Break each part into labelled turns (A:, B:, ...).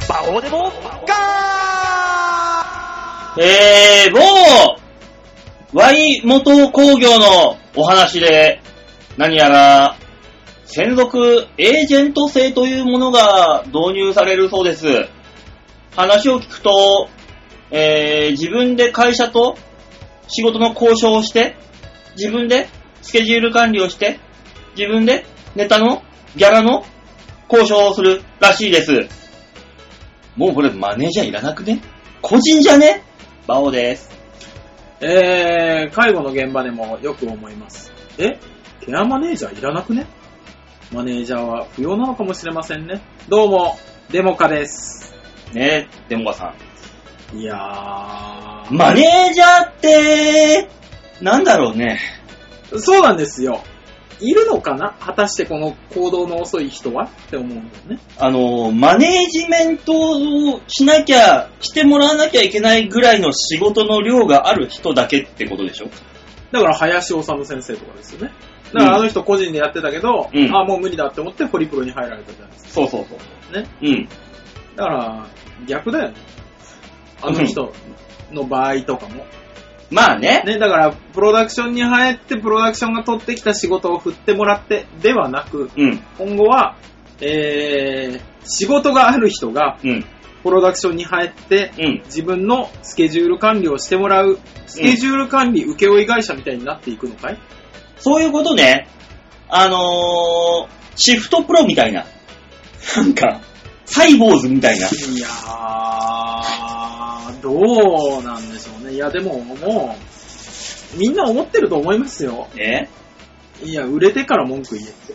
A: そうでもガ
B: えー、某、ワイ元工業のお話で、何やら、専属エージェント制というものが導入されるそうです。話を聞くと、えー、自分で会社と仕事の交渉をして、自分でスケジュール管理をして、自分でネタのギャラの交渉をするらしいです。もうこれマネージャーいらなくね個人じゃねバオです。
C: えー、介護の現場でもよく思います。えケアマネージャーいらなくねマネージャーは不要なのかもしれませんね。どうも、デモカです。
B: ねえ、デモカさ
C: いや
B: ん。
C: ー、
B: マネージャーって、なんだろうね。
C: そうなんですよ。いるのかな果たしてこの行動の遅い人はって思うんだよね。
B: あの、マネージメントをしなきゃ、してもらわなきゃいけないぐらいの仕事の量がある人だけってことでしょ
C: だから林修先生とかですよね。だからあの人個人でやってたけど、
B: うん
C: あもう無理だって思ってホリプロに入られたじゃないです
B: そうそうそう。
C: か。ね。
B: うん。
C: だから、逆だよね。あの人の場合とかも。
B: まあね。
C: ね、だから、プロダクションに入って、プロダクションが取ってきた仕事を振ってもらって、ではなく、
B: うん。
C: 今後は、えー、仕事がある人が、
B: うん。
C: プロダクションに入って、
B: うん。
C: 自分のスケジュール管理をしてもらう、スケジュール管理請負会社みたいになっていくのかい
B: そういうことね。あのー、シフトプロみたいな。なんか、サイボーズみたいな。
C: いやー、どうなんでしょうね。いや、でも、もう、みんな思ってると思いますよ。
B: ね
C: いや、売れてから文句言えって。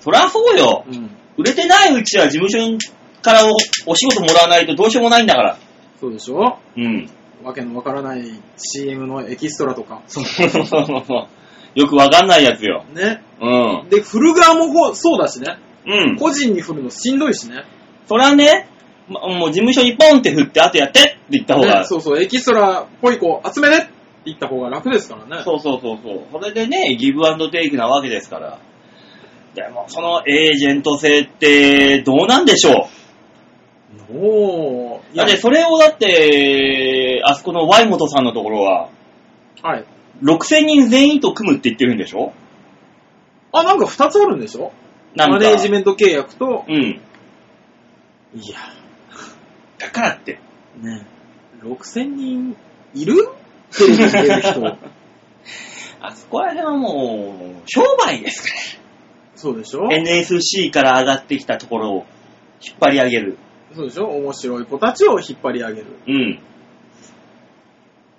B: そりゃそうよ。
C: うん。
B: 売れてないうちは事務所からおお仕事もらわないとどうしようもないんだから。
C: そうでしょ
B: うん。
C: わけのわからない CM のエキストラとか。
B: そうそうそうそう。よくわかんないやつよ。
C: ね。
B: うん。
C: で、振る側もこうそうだしね。
B: うん。
C: 個人に振るのしんどいしね。
B: そらね、まもう事務所にポンって振って、あとやってって言った方が。
C: ねそうそう、エキストラっぽい子集めてって言った方が楽ですからね。
B: そうそうそうそう。それでね、ギブアンドテイクなわけですから。でも、そのエージェント制ってどうなんでしょ
C: おー。
B: うだって、それをだって、あそこの Y 元さんのところは、
C: はい。
B: 6000人全員と組むって言ってるんでしょ
C: あ、なんか二つあるんでしょ
B: なんか。
C: マネージ
B: ン
C: メント契約と、
B: ト。うん。
C: いや、
B: だからって。
C: ね、6000人いるテレビに出 る人。
B: あそこら辺はもう、商売ですから。
C: そうでしょ
B: NSC から上がってきたところを引っ張り上げる。
C: そうでしょ面白い子たちを引っ張り上げる。
B: うん。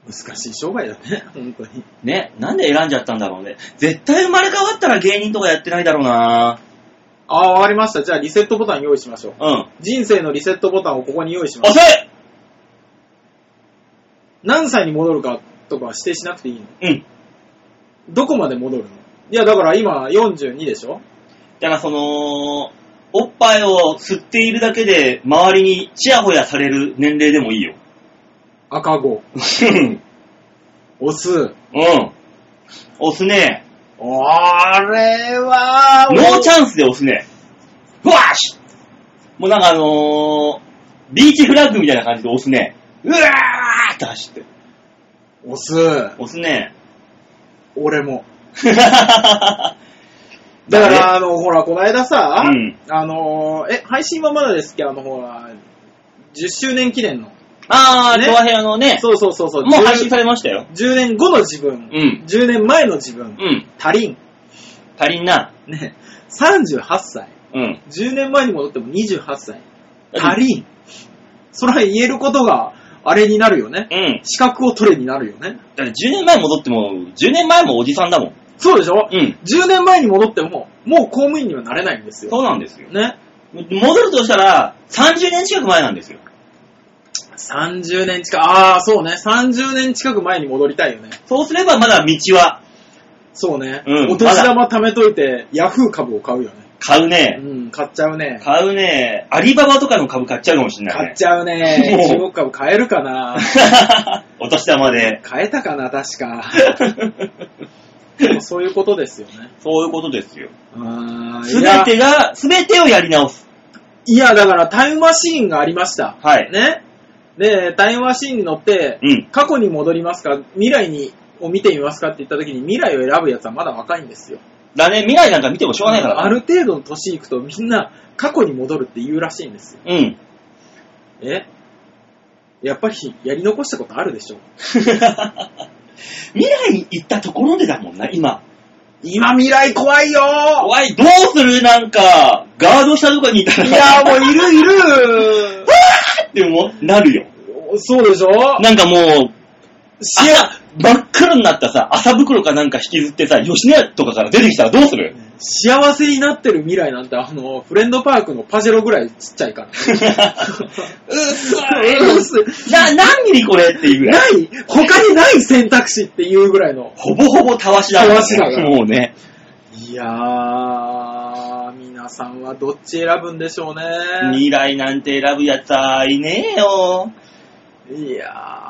C: 難しい商売だね、本当に。
B: ね、なんで選んじゃったんだろうね。絶対生まれ変わったら芸人とかやってないだろうな
C: あー、わかりました。じゃあリセットボタン用意しましょう。
B: うん。
C: 人生のリセットボタンをここに用意します。
B: 遅
C: 何歳に戻るかとかは指定しなくていいの
B: いうん。
C: どこまで戻るのいや、だから今42でしょ
B: だからその、おっぱいを吸っているだけで周りにチヤホヤされる年齢でもいいよ。
C: 赤子、
B: うん。
C: オス。
B: うん。押すね。
C: あれは、
B: ノーチャンスで押すね。うわーしもうなんかあのー、ビーチフラッグみたいな感じで押すね。うわーって走って。
C: オス。
B: 押す ね。
C: 俺も。だ
B: だ
C: か、
B: からら、
C: あの、ほら、この間さ、
B: うん
C: あの、え、配信はまだですっけど、あの、ほら、10周年記念の。
B: あー、
C: ね
B: ね、和平のね、
C: そうそうそうそう。
B: もう配信
C: 10
B: されましたよ。
C: 10年後の自分、
B: うん
C: 10年前の自分、
B: うん。
C: 足りん。
B: 足りんな。
C: ね、38歳。
B: うん。
C: 10年前に戻っても28歳。足りん。そら言えることが、あれになるよね。
B: うん。
C: 資格を取れになるよね。
B: だって10年前戻っても、10年前もおじさんだもん。
C: そうでしょ
B: うん。
C: ?10 年前に戻っても、もう公務員にはなれないんですよ。
B: そうなんですよ。
C: ね。
B: 戻るとしたら、30年近く前なんですよ。
C: 30年近く、ああ、そうね。30年近く前に戻りたいよね。
B: そうすればまだ道は
C: そうね。
B: うん
C: お年玉貯めといて、ヤフー株を買うよね。
B: 買う
C: う
B: ね。
C: ん、買っちゃうね。
B: 買うね。アリババとかの株買っちゃうかもしんない、ね。
C: 買っちゃうね。
B: もう
C: 中国株買えるかな
B: お年玉 で。
C: 買えたかな確か。 でもそういうことですよね。
B: そういうことですよ。
C: あー
B: す
C: い
B: べ
C: や
B: てが、すべてをやり直す。
C: いや、だからタイムマシーンがありました。
B: はい
C: ね。で、タイムマシーンに乗って、
B: うん
C: 過去に戻りますか、未来に、を見てみますかって言った時に未来を選ぶやつはまだ若いんですよ。
B: だね、未来なんか見てもしょうがないから。
C: ある程度の年いくとみんな過去に戻るって言うらしいんですよ。
B: うん。
C: えやっぱりやり残したことあるでしょ
B: 未来に行ったところでだもんな、今。
C: 今未来怖いよー
B: おい、どうするなんか、ガード下とかにいたら。
C: いやーもういるいる
B: でも、なるよ。
C: そうでしょ
B: なんかもう、
C: 視野
B: 朝真っ黒になったさ、朝袋かなんか引きずってさ、吉野家とかから出てきたらどうする
C: 幸せになってる未来なんて、あの、フレンドパークのパジェロぐらいちっちゃいから。
B: うっす
C: うっす
B: な、何ミリこれっていうぐらい。
C: ない他にない選択肢っていうぐらいの。
B: ほぼほぼたわしだ
C: たわしだから
B: もうね。
C: いやー、皆さんはどっち選ぶんでしょうね。
B: 未来なんて選ぶやつはいねえよ。
C: いや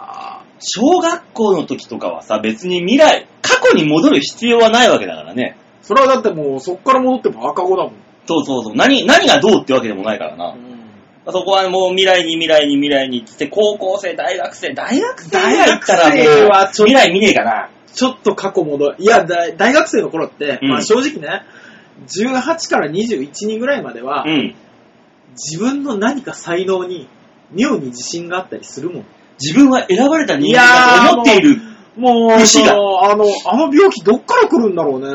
B: 小学校の時とかはさ、別に未来、過去に戻る必要はないわけだからね。
C: ー、それはだってもうそっから戻っても赤子だもん。
B: そうそうそう。何、何がどうってわけでもないからな。そこはもう未来に未来に未来にってって、高校生、大学生、大学生が行ったらもう
C: 大学生はちょっ
B: 未
C: と
B: 来見ねえかな。
C: ちょっと過去戻る。いや、だ大学生の頃って、
B: うん
C: まあ正直ね、18から21人ぐらいまでは、
B: うん。
C: 自分の何か才能に、妙に自信があったりするもん。
B: 自分は選ばれた人間だと思っている。
C: もう、あ
B: 節が
C: の、あの、あの病気どっから来るんだろうね。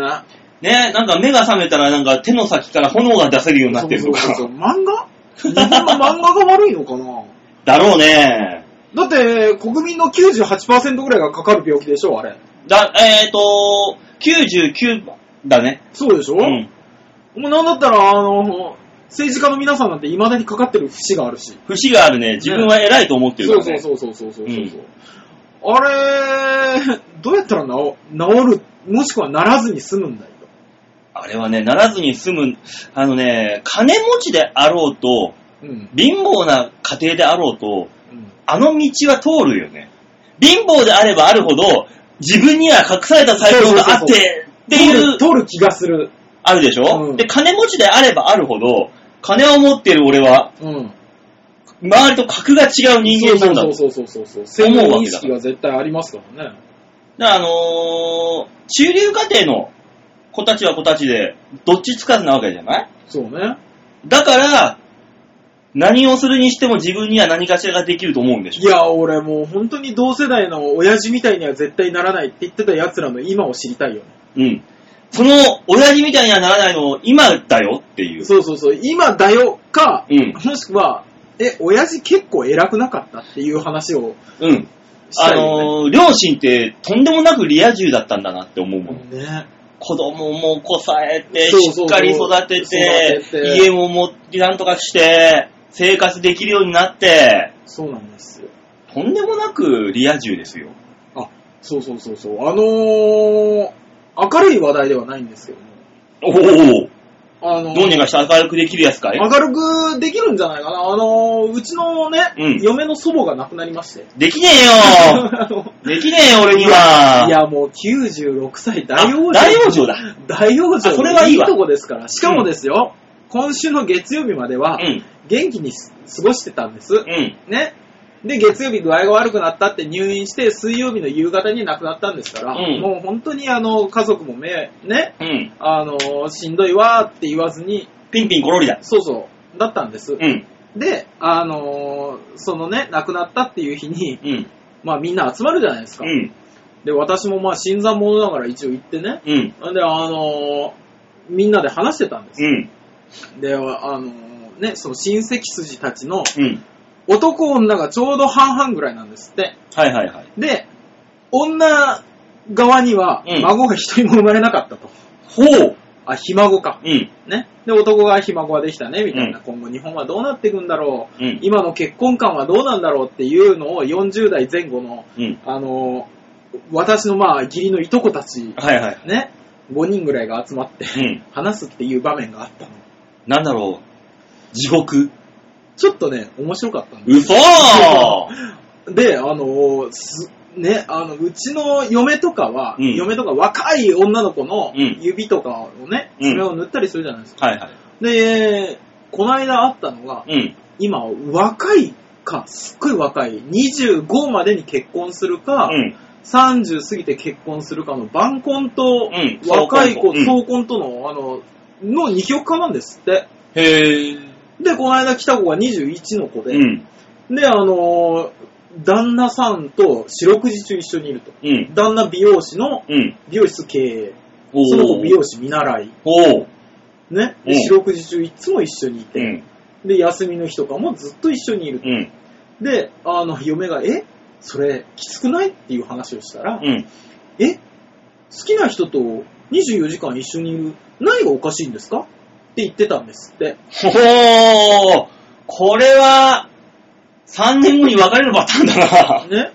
B: ね、なんか目が覚めたらなんか手の先から炎が出せるようになってるとか。
C: そうそうそう漫画日本の漫画が悪いのかな
B: だろうね。
C: だって、国民の98%ぐらいがかかる病気でしょ、あれ。
B: だ、えっ、ー、と、99だね。
C: そうでしょ、
B: うん。
C: もうなんだったら、あの、政治家の皆さんなんて未だにかかってる節があるし。
B: 節があるね。自分は偉いと思ってるか
C: そう
B: ら
C: そ
B: ね。
C: うそうそうそうそうそう、
B: うん
C: あれ、どうやったら治治る、もしくはならずに済むんだよ。
B: あれはね、ならずに済む、あのね、金持ちであろうと、
C: うん。
B: 貧乏な家庭であろうと、
C: うん
B: あの道は通るよね。貧乏であればあるほど、自分には隠された才能があっ
C: そうそうそう
B: て、っていう
C: 通る、通る気がする。
B: あるでしょ、
C: うん
B: で、金持ちであればあるほど、金を持ってる俺は、
C: うん。
B: 周りと格が違う人間なんだ
C: そ
B: と。
C: うそうそうそうそう。
B: 思
C: 専
B: うわ
C: 門
B: けだ
C: 意識が絶対ありますからね。
B: だからあのー、中流家庭の子たちは子たちで、どっちつかずなわけじゃない
C: そうね。
B: だから、何をするにしても自分には何かしらができると思うんでし
C: い
B: ょ
C: や、俺もう本当に同世代の親父みたいには絶対ならないって言ってた奴らの今を知りたいよ。
B: うん。その、親父みたいにはならないの、今だよっていう。
C: そうそうそう、今だよか、
B: うん
C: もしくは、え、親父結構偉くなかったっていう話を
B: うん。
C: した
B: あ
C: いよ
B: のー両親ってとんでもなくリア充だったんだなって思うもん。
C: ね。ね。
B: 子供もこさえて、
C: そうそう
B: し
C: そう
B: っかり育てて
C: 育て、て
B: 家も持ってなんとかして、生活できるようになって、
C: そうなんですよ。
B: とんでもなくリア充ですよ。
C: あ、そうそうそうそう。あのー、明るい話題ではないんですけども。
B: おお
C: あのー
B: どうにかして明るくできるやつかい
C: 明るくできるんじゃないかな。あのー、うちのね、
B: うん
C: 嫁の祖母が亡くなりまして。
B: できねえよ
C: あの
B: できねえよ、俺に
C: い
B: は。
C: や、もう96歳大往生。
B: あ大往生だ。
C: 大往生。
B: あそれはいいわ
C: とこですから。しかもですよ、今週の月曜日までは
B: う、ん。
C: 元気にす過ごしてたんです。
B: うん。
C: ね。で、月曜日具合が悪くなったって入院して、水曜日の夕方に亡くなったんですから、
B: うん
C: もう本当にあの、家族もめ、ね、
B: うん。
C: あの、しんどいわーって言わずに、
B: ピンピンコロリだ。
C: そうそう、だったんです。
B: うん。
C: で、あの、そのね、亡くなったっていう日に、
B: うん。
C: まあみんな集まるじゃないですか。
B: うん。
C: で、私もまあ新参者ながら一応行ってね。
B: うん。
C: で、あのーみんなで話してたんです。
B: うん。
C: で、あのーね、その親戚筋たちの
B: うん。
C: 男女がちょうど半々ぐらいなんですって。
B: はいはいはい。
C: で、女側には
B: うん
C: 孫が一人も生まれなかったと。
B: ほう。
C: あ、ひ孫か。
B: うん。
C: ね。で、男がひ孫ができたね、みたいな。今後日本はどうなっていくんだろう。
B: うん
C: 今の結婚観はどうなんだろうっていうのを40代前後の、
B: うん。
C: あのー私のまあ、義理のいとこたち
B: はいはい。
C: ね、5人ぐらいが集まって
B: うん
C: 話すっていう場面があったの。
B: なんだろう。地獄。
C: ちょっとね、面白かったんです
B: 嘘ー
C: で、あの、すね、あの、うちの嫁とかは、
B: うん
C: 嫁とか若い女の子の
B: うん
C: 指とかをね、
B: うん
C: 爪を塗ったりするじゃないですか。
B: はいはい。
C: で、この間あったのが、
B: うん。
C: 今、若いか、すっごい若い、25までに結婚するか、
B: うん。
C: 30過ぎて結婚するかの晩婚と
B: うん、
C: 若い子、
B: 早婚とうん
C: 早婚との、あの、の二極化なんですって。
B: へぇ
C: で、この間来た子が21の子
B: う
C: で、
B: ん。
C: で、あのー旦那さんと四六時中一緒にいると。
B: うん。
C: 旦那美容師の
B: うん。
C: 美容室経営。
B: お
C: その子美容
B: 師。
C: 師見習い。
B: おー。
C: ね。
B: うん
C: で、四六時中いつも一緒にいうて、
B: ん。
C: で、休みの日とかもずっと一緒にいると。
B: うん。
C: で、あの、嫁が、えそれ、きつくないっていう話をしたら、
B: うん。
C: え好きな人と24時間一緒にいる、何がおかしいんですかって言ってたんですって。
B: ほー。これは、3年後に別れるパターンだな。
C: ね。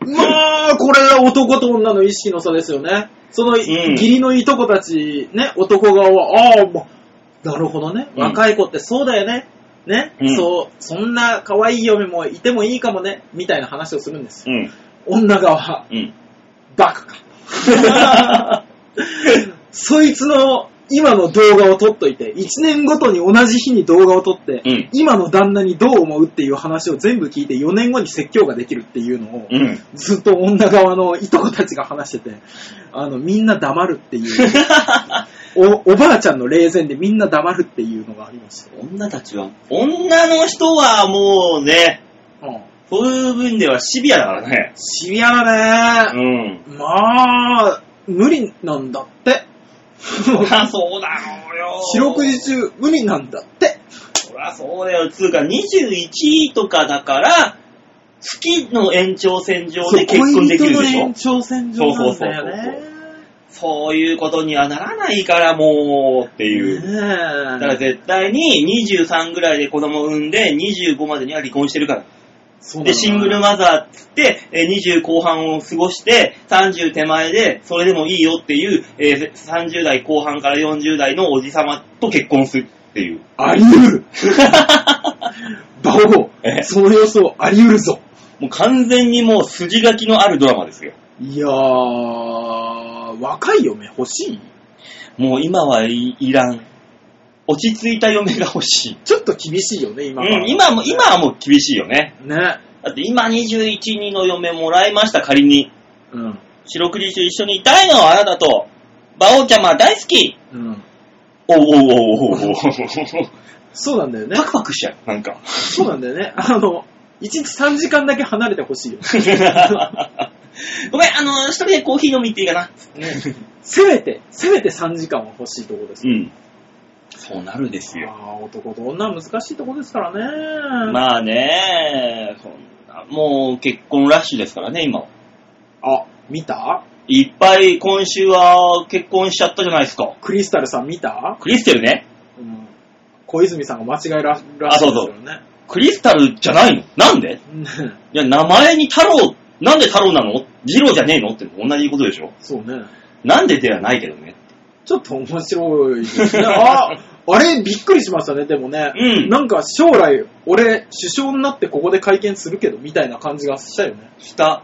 C: まあ、これは男と女の意識の差ですよね。その、義理のいとこたち、ね、男側は、ああ、もう、なるほどね。
B: うん
C: 若い子ってそうだよね。ね、
B: うん
C: そう、そんな可愛い嫁もいてもいいかもね、みたいな話をするんですよ。
B: うん。
C: 女側は、
B: うん。
C: バ カか。そいつの今の動画を撮っといて、1年ごとに同じ日に動画を撮って、
B: うん
C: 今の旦那にどう思うっていう話を全部聞いて4年後に説教ができるっていうのを、
B: うん。
C: ずっと女側のいとこたちが話してて、あの、みんな黙るっていう、お、おばあちゃんの霊前でみんな黙るっていうのがありました。
B: 女たちは、女の人はもうね、
C: うん。
B: そういう分ではシビアだからね。
C: シビアだ
B: う
C: ね、
B: ん。
C: まあ、無理なんだって。
B: そりゃそうだろうよ。
C: 四六時中無理なんだって。
B: そりゃそうだよ。つうか、21とかだから、月の延長線上で結婚できるでし
C: 恋人の
B: ょ
C: 延。長線上なんだ
B: そ
C: よ
B: うそうそう
C: ね。
B: そういうことにはならないから、もう、っていう。だから
C: ねえ。
B: 絶対に23ぐらいで子供産んで、25までには離婚してるから。
C: そうな
B: で、
C: んだ
B: シングルマザーっつって、えー20後半を過ごして、30手前で、それでもいいよっていう、えー30代後半から40代のおじさまと結婚するって いう。
C: あり得るバオ
B: え
C: その予想あり得るぞ
B: もう完全にもう筋書きのあるドラマですよ。
C: いやー、若い嫁欲しい
B: もう今はい、いらん。落ち着いた嫁が欲しい。
C: ちょっと厳しいよね、今
B: う
C: は。
B: ん、今も、今はもう厳しいよね。
C: ね。
B: だって今21人の嫁もらいました、仮に。
C: うん。
B: 四六時中一緒にいたいの、あなたと。馬王ちゃま大好き。
C: うん。
B: おうおうおうおうおう
C: そうなんだよね
B: パ。クパクしちゃう、なんか。
C: そうなんだよね。あの、1日3時間だけ離れてほしいよ。
B: ごめん、あの、一人でコーヒー飲み行っていいかな。
C: せめて、せめて3時間は欲しいところです。
B: うん。そうなるんですよ。
C: あー男と女は難しいとこですからね。
B: まあね、そんなもう結婚ラッシュですからね、今は。
C: あ、見た
B: いっぱい今週は結婚しちゃったじゃないですか。
C: クリスタルさん見た、
B: クリステルね。
C: うん、小泉さんが間違いららしいですよね。
B: クリスタルじゃないのなんで
C: ね
B: いや、名前に太郎、なんで太郎なの二郎じゃねえのって同じことでしょ
C: そうね。
B: なんでではないけどね。
C: ちょっと面白いで すね。あ、あれびっくりしましたね、でもね。
B: うん
C: なんか将来、俺、首相になってここで会見するけど、みたいな感じがしたよね。
B: した。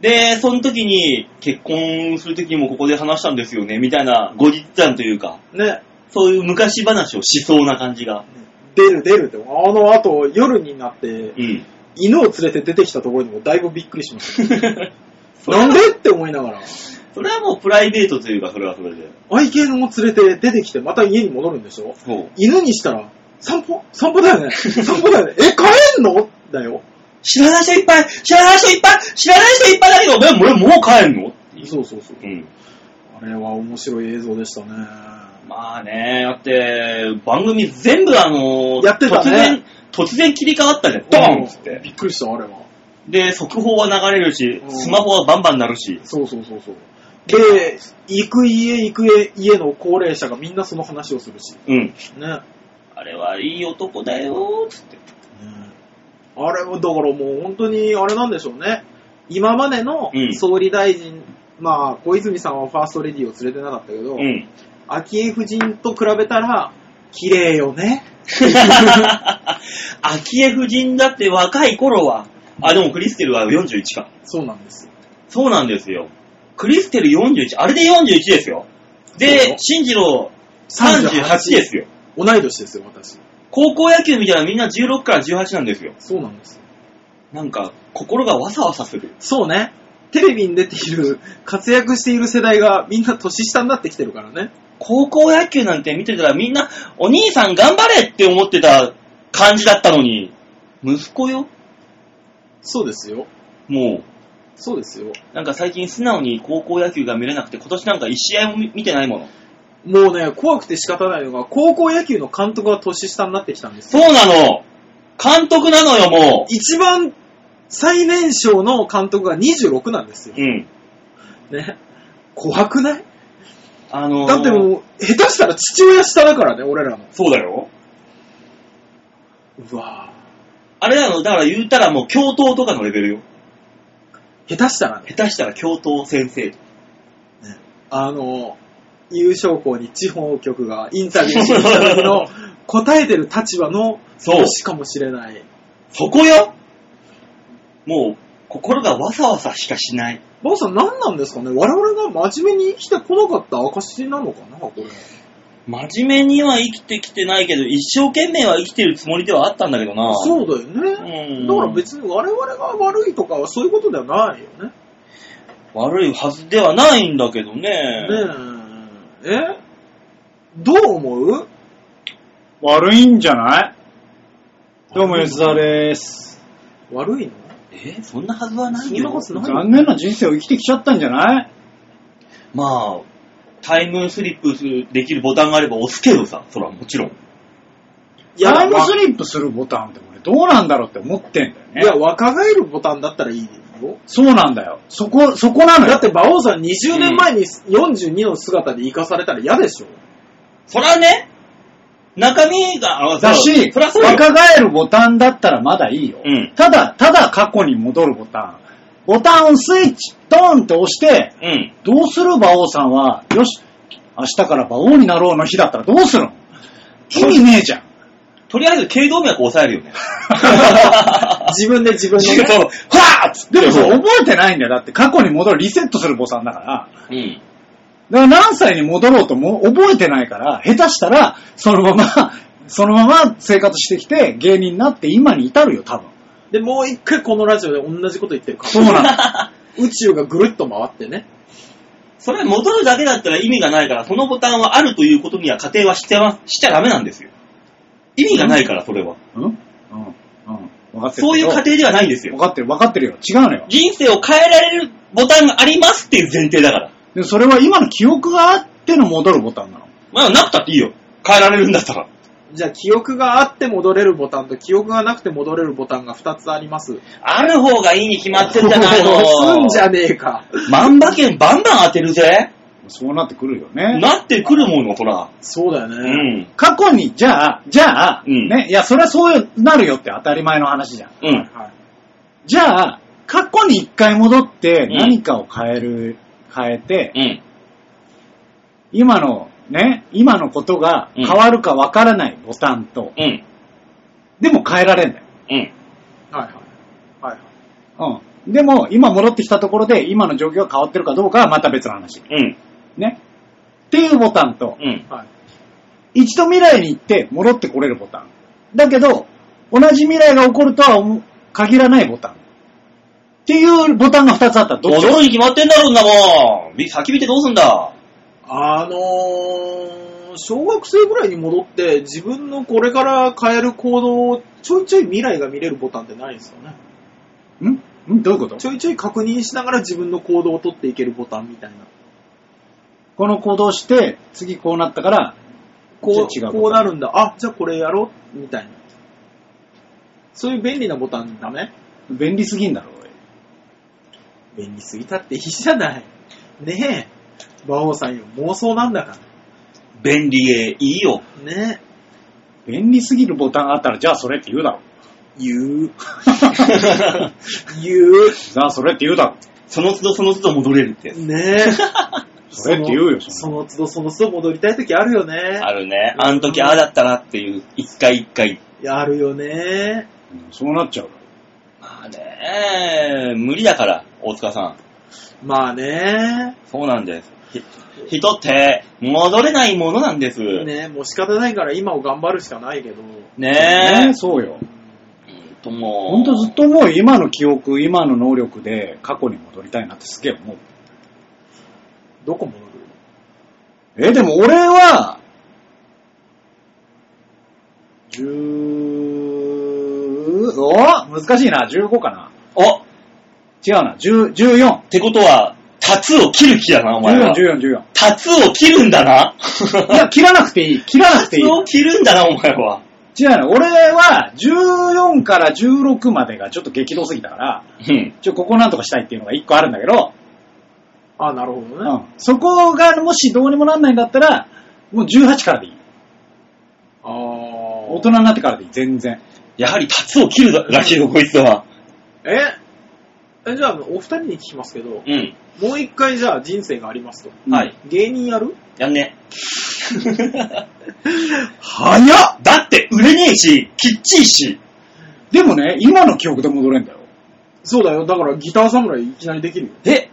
B: で、その時に、結婚する時にもここで話したんですよね、みたいな、後日談というか、
C: ね。
B: そういう昔話をしそうな感じが。
C: 出る出るって。あの後、夜になって
B: う、 ん。
C: 犬を連れて出てきたところにもだいぶびっくりしました。なんでって思いながら。
B: それはもうプライベートというか、それはそれで。
C: 愛犬を連れて出てきて、また家に戻るんでしょ
B: そう。
C: 犬にしたら、散歩散歩だよね。散歩だよね。え、帰んのだよ。
B: 知らない人いっぱい知らない人いっぱい知らない人いっぱいだけど、でも俺もう帰んのっていう
C: そうそうそう。
B: うん。
C: あれは面白い映像でしたね。
B: まあね、だって、番組全部あの
C: やってたね
B: 突然、突然切り替わったじゃん。ドーンっつっ
C: うんび
B: て。
C: っくりした、あれは。
B: で、速報は流れるし
C: う、ん
B: スマホはバンバン鳴るし。
C: そうそうそうそう。で、行く家行く家の高齢者がみんなその話をするし。
B: うん。
C: ね。ね
B: あれはいい男だよ、つって。
C: あれは、だからもう本当にあれなんでしょうね。今までの
B: うん
C: 総理大臣、まあ、小泉さんはファーストレディーを連れてなかったけど、
B: うん。
C: 昭恵夫人と比べたら、綺麗よね。
B: 昭恵夫人だって若い頃は、あ、でもクリステルは41か。
C: そうなんですよ。
B: そうなんですよ。クリステル41、あれで41ですよ。
C: そう
B: で
C: よ、
B: 進次郎38ですよ。
C: 同い年ですよ、私。
B: 高校野球みたいなみんな16から18なんですよ。
C: そうなんですよ。
B: なんか、心がわさわさする。
C: そうね。テレビに出ている、活躍している世代がみんな年下になってきてるからね。
B: 高校野球なんて見てたらみんな、お兄さん頑張れって思ってた感じだったのに、息子よ
C: そうですよ。
B: も
C: そうですよ。
B: う、なんか最近素直に高校野球が見れなくて、今年なんか一試合も見見てないもの。
C: もうね、怖くて仕方ないのが、高校野球の監督が年下になってきたんです
B: そ
C: よ。
B: うなの監督なのよ、も
C: 一番最年少の監督が26なんですよ
B: う。。うん。
C: ね。怖くない
B: あのー
C: だってもう、下手したら父親下だからね、俺らの。
B: そうだよ。
C: うわ
B: あれなの、だから言うたらもう教頭とかのレベルよ。
C: ぁ。下手したらね、
B: 下手したら教頭先生。
C: あの、優勝校に地方局がインタビューしてきた 時の答えてる立場の
B: そう
C: しかもしれない。
B: そこよもう、心がわさわさしかしない。
C: バオさん何なんですかね我々が真面目に生きてこなかった証なのかなこれ。
B: 真面目には生きてきてないけど、一生懸命は生きてるつもりではあったんだけどな。
C: そうだよね。
B: うん。
C: だから別に我々が悪いとかはそういうことではないよね。
B: 悪いはずではないんだけどね。
C: ねえ。えどう思う
D: 悪いんじゃないどうも吉沢です。
C: 悪いの
B: えそんなはずはないよ。
C: そんなことない
D: 残念な人生を生きてきちゃったんじゃない
B: まあ、タイムスリップできるボタンがあれば押すけどさ、そらもちろん。
D: タイムス
C: リ
D: リップするボタンって俺どうなんだろうって思ってんだよね。
C: いや、若返るボタンだったらいいよ。
D: そうなんだよ。そこ、そこなのよ。
C: だって、馬王さん20年前に42の姿で生かされたら嫌でしょ、
B: そらね、中身が、あ
D: だし、
B: そらそらそうよ
D: 若返るボタンだったらまだいいよ。
B: うん
D: ただ、ただ過去に戻るボタン。ボタンをスイッチ、ドーンって押して、
B: うん。
D: どうする馬王さんは、よし、明日から馬王になろうの日だったらどうするの意味ねえじゃん。
B: とりあえず頸動脈抑えるよ ね。
C: 自分で自分
B: そう
C: の、ね。
D: はぁっつってでもさ、
B: そう
D: 覚えてないんだよ。だって過去に戻る、リセットするボタンだから。
B: うん。
D: だから何歳に戻ろうとも覚えてないから、下手したら、そのまま、 そのまま生活してきて、芸人になって今に至るよ、多分。
C: で、もう一回このラジオで同じこと言ってるか
D: そう
C: ら。
D: なの。
C: 宇宙がぐるっと回ってね。
B: それは戻るだけだったら意味がないから、そのボタンはあるということには仮定はしては、しちゃダメなんですよ。意味がないから、それは。
D: うんうん。うん。分かってるけど。
B: そういう過程ではないんです
D: 分
B: よ。
D: かってる、分かってるよ。違うのよ。
B: 人生を変えられるボタンがありますっていう前提だから。
D: でもそれは今の記憶があっての戻るボタンなの。
B: まあ、なくたっていいよ。変えられるんだったら。
C: じゃあ、記憶があって戻れるボタンと記憶がなくて戻れるボタンが2つあります。
B: ある方がいいに決まってんじゃないの
C: 押すんじゃねえか。
B: 万馬券バンバン当てるぜ。
D: そうなってくるよね。
B: なってくるもの、ほら。
C: そうだよね。
B: うん。
D: 過去に、じゃあ、じゃあ、
B: うん
D: ね、いや、それはそうなるよって当たり前の話じゃん。
B: うん。
C: はい、
D: じゃあ、過去に一回戻って
B: ん
D: 何かを変える、変えて、
B: うん。
D: 今の、ね、今のことが変わるかわからないボタンと、
B: うん。
D: でも変えられんだよ。
B: うん。
C: はいはい。はいはい。
D: うん。でも、今戻ってきたところで、今の状況が変わってるかどうかはまた別の話。
B: うん。
D: ね。っていうボタンと、
B: うん。
C: はい、
D: 一度未来に行って戻ってこれるボタン。だけど、同じ未来が起こるとは思う限らないボタン。っていうボタンが二つあったらどっち
B: 戻るに決まってんだろ、んなもん。み先見てどうすんだ。
C: あのー、小学生ぐらいに戻って自分のこれから変える行動をちょいちょい未来が見れるボタンってないんですよね。
D: んんどういうこと
C: ちょいちょい確認しながら自分の行動を取っていけるボタンみたいな。
D: この行動して、次こうなったから、
C: こう
D: じゃあ違うボタン
C: こうなるんだ。あ、じゃあこれやろうみたいな。そういう便利なボタンダメ
D: 便利すぎんだろ、俺。
C: 便利すぎたっていいじゃない。ねえ。馬王さんよ、妄想なんだか
B: 便利へいいよ。
C: ら。ねえ。
D: 便利すぎるボタンがあったら、じゃあそれって言うだろ。
C: 言う。 言う。
D: じゃあそれって言うだろ。
B: その都度その都度戻れるってやつ。
C: ねえ。
D: それって言う よ、
C: そ
D: そ
C: の都度その都度戻りたい時あるよね。
B: あるね。あの時ああだったなっていう、一回一回。
C: いやあるよね。
D: の。うんそうなっちゃうだろ。
B: まあね無理だから、大塚さん。
C: まあね。
B: そうなんです。人って戻れないものなんです。ね
C: ね、もう仕方ないから今を頑張るしかないけど。
D: ね
B: え。
D: そうよ。
B: うんともう
D: ほんとずっともう今の記憶、今の能力で過去に戻りたいなってすげえ思う。
C: どこ戻る
D: え、でも俺は、10、お難しいな、15かな。
B: おっ
D: 違うな、10 14。
B: てことは、タツを切る気だな、お前は。
D: 14、14、
B: タツを切るんだ な。
D: 14。いや、切らなくていい。切らなくてい い
B: タツ。を切るんだな、お前は。
D: 違うな、俺は14から16までがちょっと激動すぎたから、
B: うん。
D: ちょ、ここなんとかしたいっていうのが1個あるんだけど、
C: あ、なるほどね。
D: うん。そこがもしどうにもなんないんだったら、もう18からでいい。
C: ああ。
D: 大人になってからでいい、全然。
B: やはりタツを切るらしいぞ、こいつは。
C: ええ、じゃあ、お二人に聞きますけど、も
B: うん。
C: う一回じゃあ人生がありますと。
B: はい。
C: 芸人やる
B: やんね。
D: 早っ
B: だって売れねえし、きっちいし。
D: でもね、今の記憶で戻れんだよ。
C: そうだよ。だからギター侍いきなりできるよ。
B: え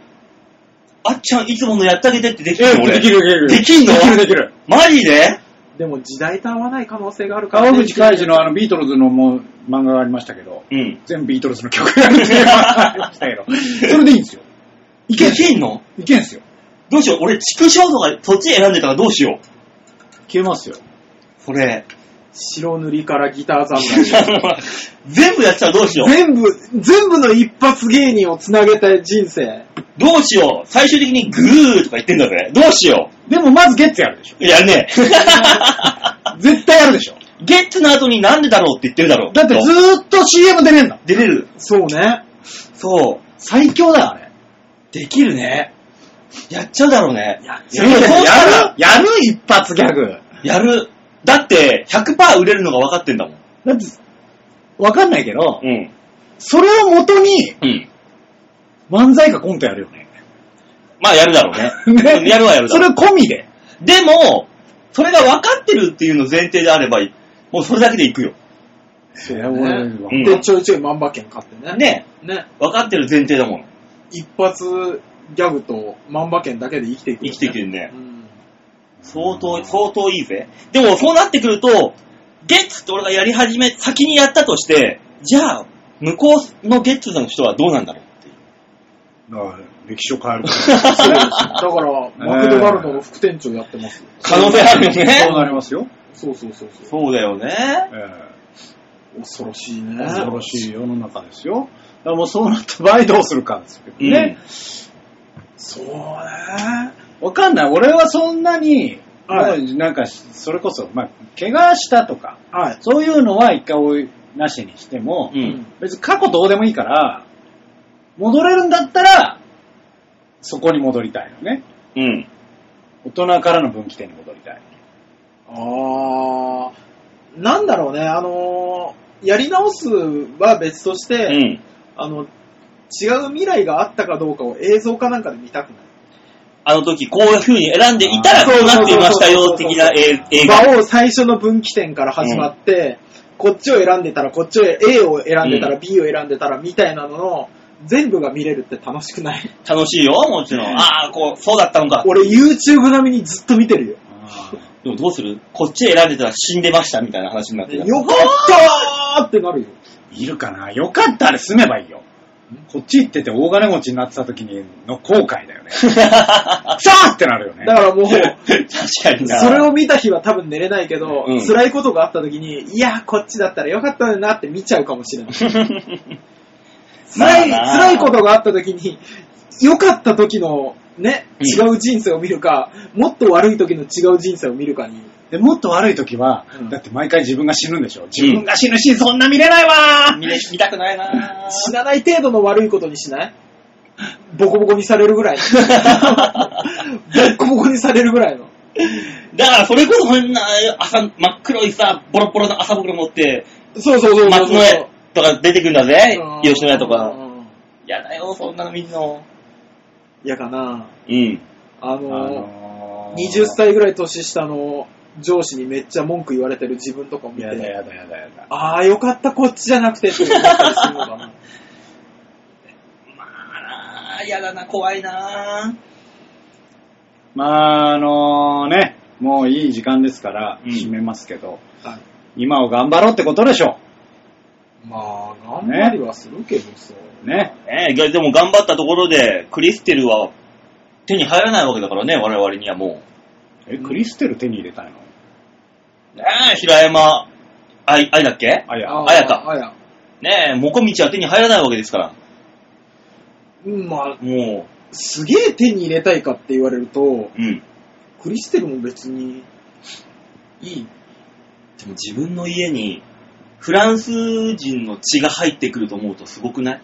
B: あっちゃんいつものやってあげてってでき
D: え
B: るの俺。
D: できるできる。
B: できんの
D: できるできる。
B: マジで
C: でも時代と合わない可能性があるから、
D: 川口海二のあのビートルズのもう漫画がありましたけど、
B: うん。
D: 全部ビートルズの曲やるっていうのがありました けど、それでいいんですよ。い
B: い
D: けんすよ。
B: けんの
D: いけんすよ。
B: どうしよう。俺、畜生とかそっち選んでたらどうしよう。
D: 消えますよ。
B: それ。
C: 白塗りからギター侍。
B: 全部やってたらどうしよう。
C: 全部、全部の一発芸人をつなげた人生。
B: どうしよう。最終的にグーとか言ってんだぜ。どうしよ
D: でもまずゲッツやるでしょ。
B: う。やんね
D: 絶対やるでしょ。
B: え。ゲッツの後になんでだろうって言ってるだろう。
D: だってずーっと CM 出ねえんだ。
B: 出れる。
C: そうね。
B: そう。
D: 最強だよ、あれ。
B: できるね。やっちゃうだろうね。
C: やっ
B: ちゃうよそうしたら
D: やる一発ギャグ。
B: やる。だって、100%売れるのが分かってんだもん。
D: だって、わかんないけど、
B: うん。
D: それを元に
B: うん。
D: 漫才かコントやるよね。
B: まあ、やるだろうね。うんやるはやるだ
D: そ
B: ろう。
D: れ込みで。
B: でも、それが分かってるっていうの前提であればいい。もうそれだけでいくよ。
D: そう
C: ね
B: うん
C: で、ちょいちょい万馬券買ってね。。
B: ね
C: ね。
B: 分かってる前提だもん。
C: 一発ギャグと万馬券だけで生きていく、
B: 生きていけ
C: る。
B: るね
C: う。ん。
B: 相当、相当いいぜ。でも、そうなってくると、ゲッツって俺がやり始め、先にやったとして、じゃあ、向こうのゲッツの人はどうなんだろうっていう。
D: 歴史を変える。
C: そうですだから、マクドナルドの副店長やってますよ。
B: 可能性あるよ
D: そう
B: ね。
D: なりますよ。
C: そうそうそうそう。
B: そうだよね。
C: 恐ろしいね。
D: 恐ろしい世の中ですよ。だからもうそうなった場合どうするかですけどね。
C: そうね。
D: わ、かんない。俺はそんなに、
C: はい
D: もうなんか、それこそ、まあ、怪我したとか、
C: はい。
D: そういうのは一回追いなしにしても、
B: うん。う。。
C: うん
D: 別に過去どうでもいいから、戻れるんだったら、そこに戻りたいよね。
B: うん。
D: 大人からの分岐点に戻りたい。
C: あー、なんだろうね、あのー、やり直すは別として、
B: うん。
C: あの、違う未来があったかどうかを映像かなんかで見たくない。
B: あの時こういう風に選んでいたら
D: あー
B: こうなっていましたよ、的なえ映画。
C: 場を最初の分岐点から始まって、こっちを選んでたら、こっちを A を選んでたら、
B: う
C: B を選んでたら、みたいなのの、全部が見れるって楽しくない。
B: 楽しいよ、もちろん。ああ、こう、そうだったのか。
C: 俺 YouTube 並みにずっと見てるよ。
B: でもどうするこっち選んでたら死んでました、みたいな話になってた。
C: よかったーってなるよ。
D: いるかなよかったら住めばいいよ。こっち行ってて大金持ちになってた時にの後悔だ よね。さあってなるよね。
C: だからもう、
B: 確かにな。
C: それを見た日は多分寝れないけど、
B: うん
C: 辛いことがあった時に、いや、こっちだったらよかったのになって見ちゃうかもしれない。
B: ま
C: 辛
B: あ
C: い、
B: な
C: 辛いことがあった時に、良かった時のね、違う人生を見るか、もっと悪い時の違う人生を見るかに、
D: でもっと悪い時は、
C: うん
D: だって毎回自分が死ぬんでしょ。自分が死ぬし、そんな見れないわー
B: 見れ見たくないな
C: 死なない程度の悪いことにしないボコボコにされる ぐらい。ボコボコにされるぐらいの。
B: だからそれこそそんな朝、真っ黒いさ、ボロボロの朝袋持って、
C: そうそうそうそう
B: 松の絵とか出てくるんだぜ
C: うん。
B: 吉野家と
C: う
B: か。
C: ん
B: やだよ、そんなの見んの。
C: 嫌かな。
B: うん。
C: あのー
D: あのー
C: 20歳ぐらい年下の上司にめっちゃ文句言われてる自分とかを見
D: やだ
C: て、
D: やだやだやだ。
C: ああ、よかった、こっちじゃなくてって思ったりするのかな。
B: まあな、やだな、怖いな。
A: まあ、あのね、もういい時間ですから、
B: うん
A: 締めますけど、
C: はい。
A: 今を頑張ろうってことでしょ
C: まあ、頑張りはするけどさ。
A: う。ね。
B: ねえ、いやでも頑張ったところで、クリステルは手に入らないわけだからね、我々にはも
A: え、クリステル手に入れたいの
B: う。ねえ、平山、あい、あいだっけ
A: あ、いや、
C: あ
B: あやか
C: あや。
B: ねえ、もこみちは手に入らないわけですから。
C: うん、まあ、
B: も
C: すげえ手に入れたいかって言われると、
B: う、うん。
C: クリステルも別に、いい。
B: でも自分の家に、フランス人の血が入ってくると思うとすごくない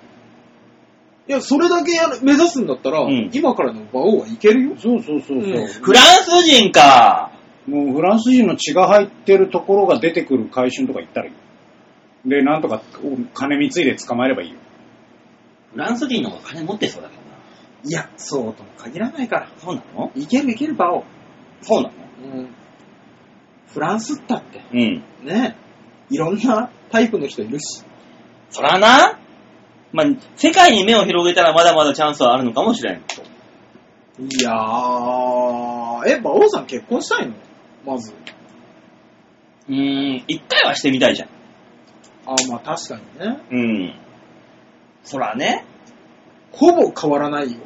C: いや、それだけやる目指すんだったら、
B: うん
C: 今からの馬王はいけるよ。
A: そうそうそうそう、
C: うん
B: フランス人か
A: もうフランス人の血が入ってるところが出てくる回春とか行ったらいいよ。で、なんとかお金貢いで捕まえればいいよ。
B: フランス人の方が金持ってそうだけどな。
C: いや、そうとも限らないから。
B: そうなの
C: いけるいける、馬王。
B: そうなの
C: うん。フランスったって、
B: うん。
C: ねいろんなタイプの人いるし。
B: そらな、まあ、世界に目を広げたらまだまだチャンスはあるのかもしれん。
C: いやー、え、馬王さん結婚したいのまず。
B: うーん、一回はしてみたいじゃん。
C: あー、まあ確かにね。
B: うん。そらね。
C: ほぼ変わらな いよ。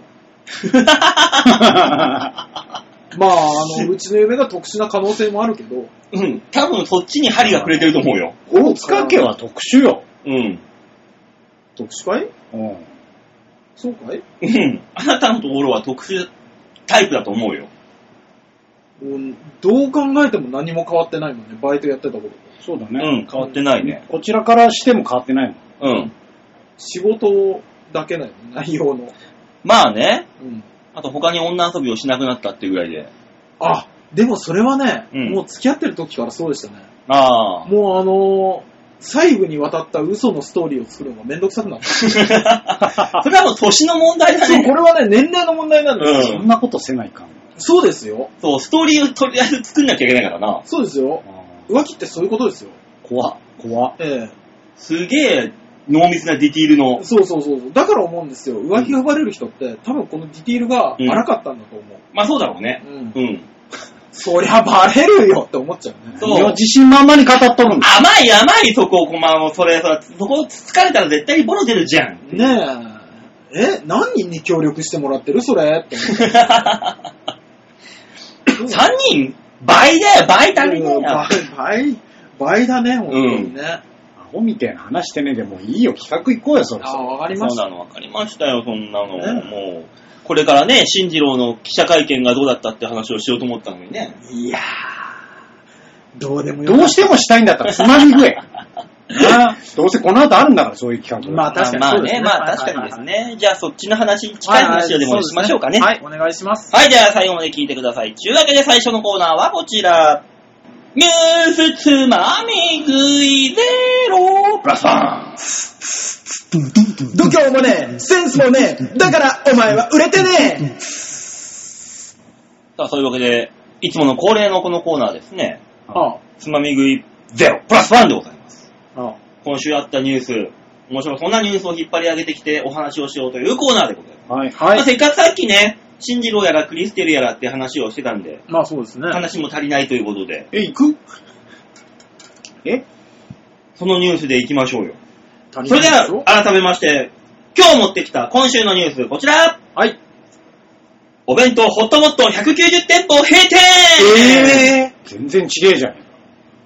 C: まあ、あの、うちの嫁が特殊な可能性もあるけど、
B: うん。多分そっちに針がくれてると思うよ。
A: 大塚家は特殊よ。
B: うん。
C: 特殊かい
A: うん。
C: そうかい
B: うん。あなたのところは特殊タイプだと思うよ。
C: うんどう考えても何も変わってないもんね、バイトやってたこと。
A: そうだ
B: う
A: ね。
B: ん。変わってないね。
A: こちらからしても変わってないもん。
B: うん。
C: 仕事だけなの、内容の。
B: まあね。
C: うん。
B: あと他に女遊びをしなくなったっていうぐらいで。
C: あ、でもそれはね、
B: うん
C: もう付き合ってる時からそうでしたね。
B: ああ。
C: もうあのー細部にわたった嘘のストーリーを作るのがめんどくさくなった。そ
B: それはもう年の問題だ
C: う、こ
B: ね。
C: れ はね、年齢の問題なんですよ。
B: うん
A: そんなことせないかん。
C: そうですよ。
B: そう、ストーリーをとりあえず作んなきゃいけないからな。
C: そうですよ。浮気ってそういうことですよ。
A: 怖っ。怖っ。
C: え
B: すげえ濃密なディティール
C: え
B: の。
C: そうそうそうそう。だから思うんですよ。浮気がバレる人って、多分このディティールが荒かったんだと思う。
B: まあそうだろうね。
C: うん。
B: うん。
C: そりゃバレるよって思っちゃうね。
B: そう
A: いや自信満々に語っとるんだ。
B: 甘い甘いそこ、まあもうそれ、それそこつつかれたら絶対にボロ出るじゃん。
C: ねえ。え、何人に協力してもらってるそれって思って。
B: 3人倍だよ、倍足りねえよ。
C: もう倍、倍、倍だね、本当にね。
A: アホみたいな話してねえでもういいよ。企画行こうよ、そろ
C: あ
A: そ
C: あ、
A: ろ。
C: わかり
B: そ
C: ま
B: う
C: した。
B: なの、わかりましたよ、そんなの。
C: ね
B: もう、これからね、新次郎の記者会見がどうだったって話をしようと思ったのにね。
C: いやー、どうでもよ
A: どうしてもしたいんだったらつまみ 食え。なあどうせこの後あるんだから、そういう企画。
C: まあ確かに
B: まあ
C: そうです
B: ね、
C: ね
B: ま
C: は
B: あ
C: い
B: 確かに
C: はい
B: ですね。じゃあそっちの話に近い話をでもしましょうかね。
C: は、
B: はい
C: お願いします。
B: い、では最後まで聞いてください。というわけで最初のコーナーはこちら。ニュースつまみ食いゼロプラスワン
C: 度胸もねえ、センスもねえ、だからお前は売れてね
B: さあ、そういうわけで、いつもの恒例のこのコーナーですね。
C: えあ
B: つまみ食いゼロプラスワンでございます。
C: あ、
B: 今週あったニュース、面白い、そんなニュースを引っ張り上げてきてお話をしようというコーナーでございます。
A: はい。
C: は
B: まあ、
C: い。
B: せっかくさっきね、シンジローやらクリステルやらって話をしてたんで、
C: まあそうですね。
B: 話も足りないということで、
A: え、行くえ
B: そのニュースで行きましょうよ。
C: 足り
B: そ
C: な
B: れ
C: い
B: で
C: ですよ
B: は、改めまして、今日持ってきた今週のニュース、こちら
C: はい。
B: お弁当ホットモット190店舗閉店
C: え
A: 全然ちげえじゃん。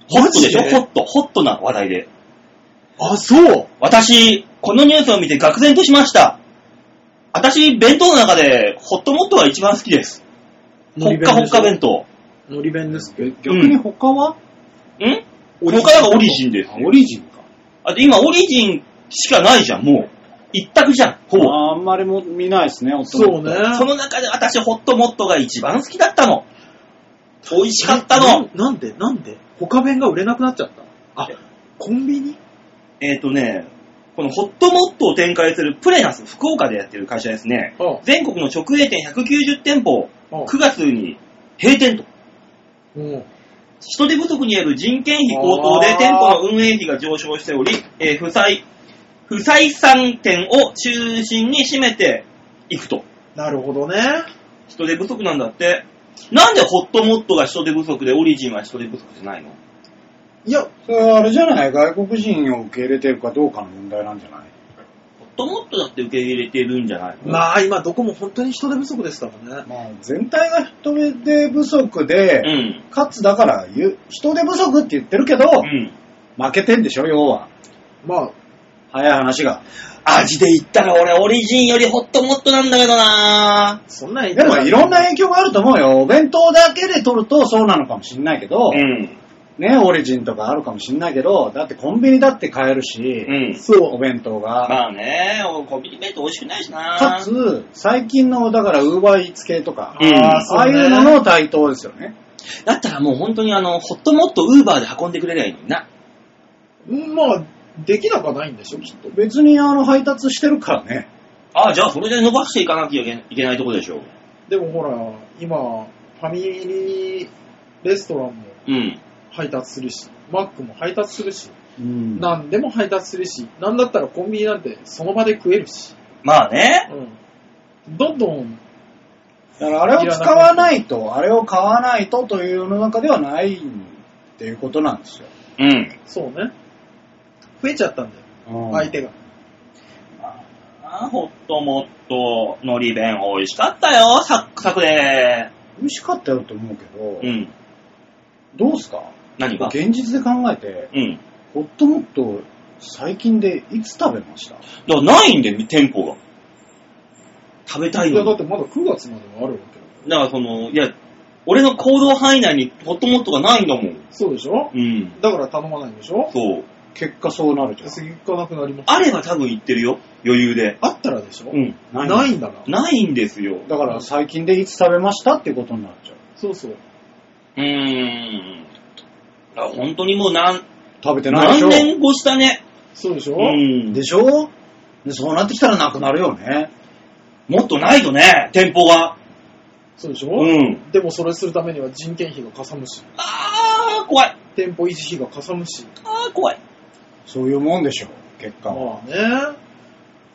B: ホットでしょ
C: マジで
B: ホット、ホットな話題で。
C: ー、あ、そう。
B: 私、このニュースを見て愕然としました。私、弁当の中で、ホットモットが一番好きです。ほっかほっか弁当。
C: 当。のり弁ですけど。
A: 逆に他は、
B: ん
C: オリジン
B: 他がオリジンです
A: あオリジンか。
B: あと今、オリジンしかないじゃん、もう。一択じゃん、ほぼ。
A: ああんまりも見ないですね、おそ
C: そうね。
B: その中で私、ホットモットが一番好きだったの。美味しかったの。
C: えななんでなんで他弁が売れなくなっちゃったあ
B: え、
C: コンビニ
B: えっ、とね、このホットモットを展開するプレナス、福岡でやってる会社ですね。
C: あ
B: 全国の直営店190店舗、
C: あ
B: 9月に閉店と。
C: うん。
B: 人手不足による人件費高騰で
C: あー
B: 店舗の運営費が上昇しており、えー不採、不採算店を中心に占めていくと。
C: なるほどね。
B: 人手不足なんだって。なんでホットモットが人手不足で、オリジンは人手不足じゃないの
D: いや、それはあれじゃない外国人を受け入れてるかどうかの問題なんじゃない
B: ホットモットだって受け入れてるんじゃないの
C: まあ今どこも本当に人手不足ですからね。
D: まあ、全体が人手不足で、
B: うん。
D: かつだから言う、人手不足って言ってるけど、
B: うん。
D: 負けてんでしょ、要は。
C: まあ、
D: 早い話が。
B: 味で言ったら俺、オリジンよりホットモットなんだけどな
C: そんなん言っ
D: で
C: たら
D: もいろんな影響があると思うよ。お弁当だけで取るとそうなのかもしんないけど、
B: うん。
D: ね、オリジンとかあるかもしんないけど、だってコンビニだって買えるし、
B: うん。
D: お
C: そう。
D: 弁当が。
B: まあね、コンビニ弁当美味しくないしな
D: かつ、最近の、だから、ウーバーイーツ系とか、
B: うん
C: ああ、
D: あ
C: そ
D: あ
C: う
D: い
C: ね
D: うのの対等ですよね。
B: だったらもう本当にあの、ホットモットウーバーで運んでくれりゃいいのにな。
C: うんまあ、できなくはないんでしょ、きっと。
D: 別に、あの、配達してるからね。
B: ああ、じゃあそれで伸ばしていかなきゃいけいけないとこでしょ。
C: でもほら、今、ファミリーレストランも
B: うん。
C: 配達するし、マックも配達するし、
D: うん
C: 何でも配達するし、なんだったらコンビニなんてその場で食えるし。
B: まあね。
C: うん。どんどん、
D: だからあれを使わないと、あれを買わないとという世の中ではないっていうことなんですよ。
B: うん。
C: そうね。増えちゃったんだよ、相手が。
B: ああ、ホットモット、海苔弁美味しかったよ、サックサクで。
D: 美味しかったよと思うけど、
B: うん。
D: どうすか
B: 何が
D: 現実で考えて、
B: うん。
D: ホットモット最近でいつ食べました
B: だからないんだよ、店舗が。食べたい
C: いや、だ
B: の
C: ってまだ9月まではあるわけだか
B: だからその、いや、俺の行動範囲内にホットモットがないんだもん。
C: ら。そうでしょ
B: うん。
C: だから頼まないんでしょ
B: そう。
D: 結果そうなるじゃん。
C: 次行かなくなります。
B: あれば多分行ってるよ、余裕で。
C: あったらでしょ、
B: ん。
D: ない
C: ないんだな。
B: ないんですよ。
D: だから最近でいつ食べましたっていうことになっちゃう。
C: そうそう。
B: うーん。だから本当にもう何、
D: 食べてないでし
B: 何年
D: ょ
B: 越したね。
C: そうでしょ、
B: うん。
D: でしょでそうなってきたらなくなるよね。
B: もっとないとね、店舗が。
C: そうでしょ、
B: うん。
C: でもそれするためには人件費がかさむし、
B: あー、怖い。
C: 店舗維持費がかさむし。
B: あー、怖い。
D: そういうもんでしょ、結果は。
C: まあ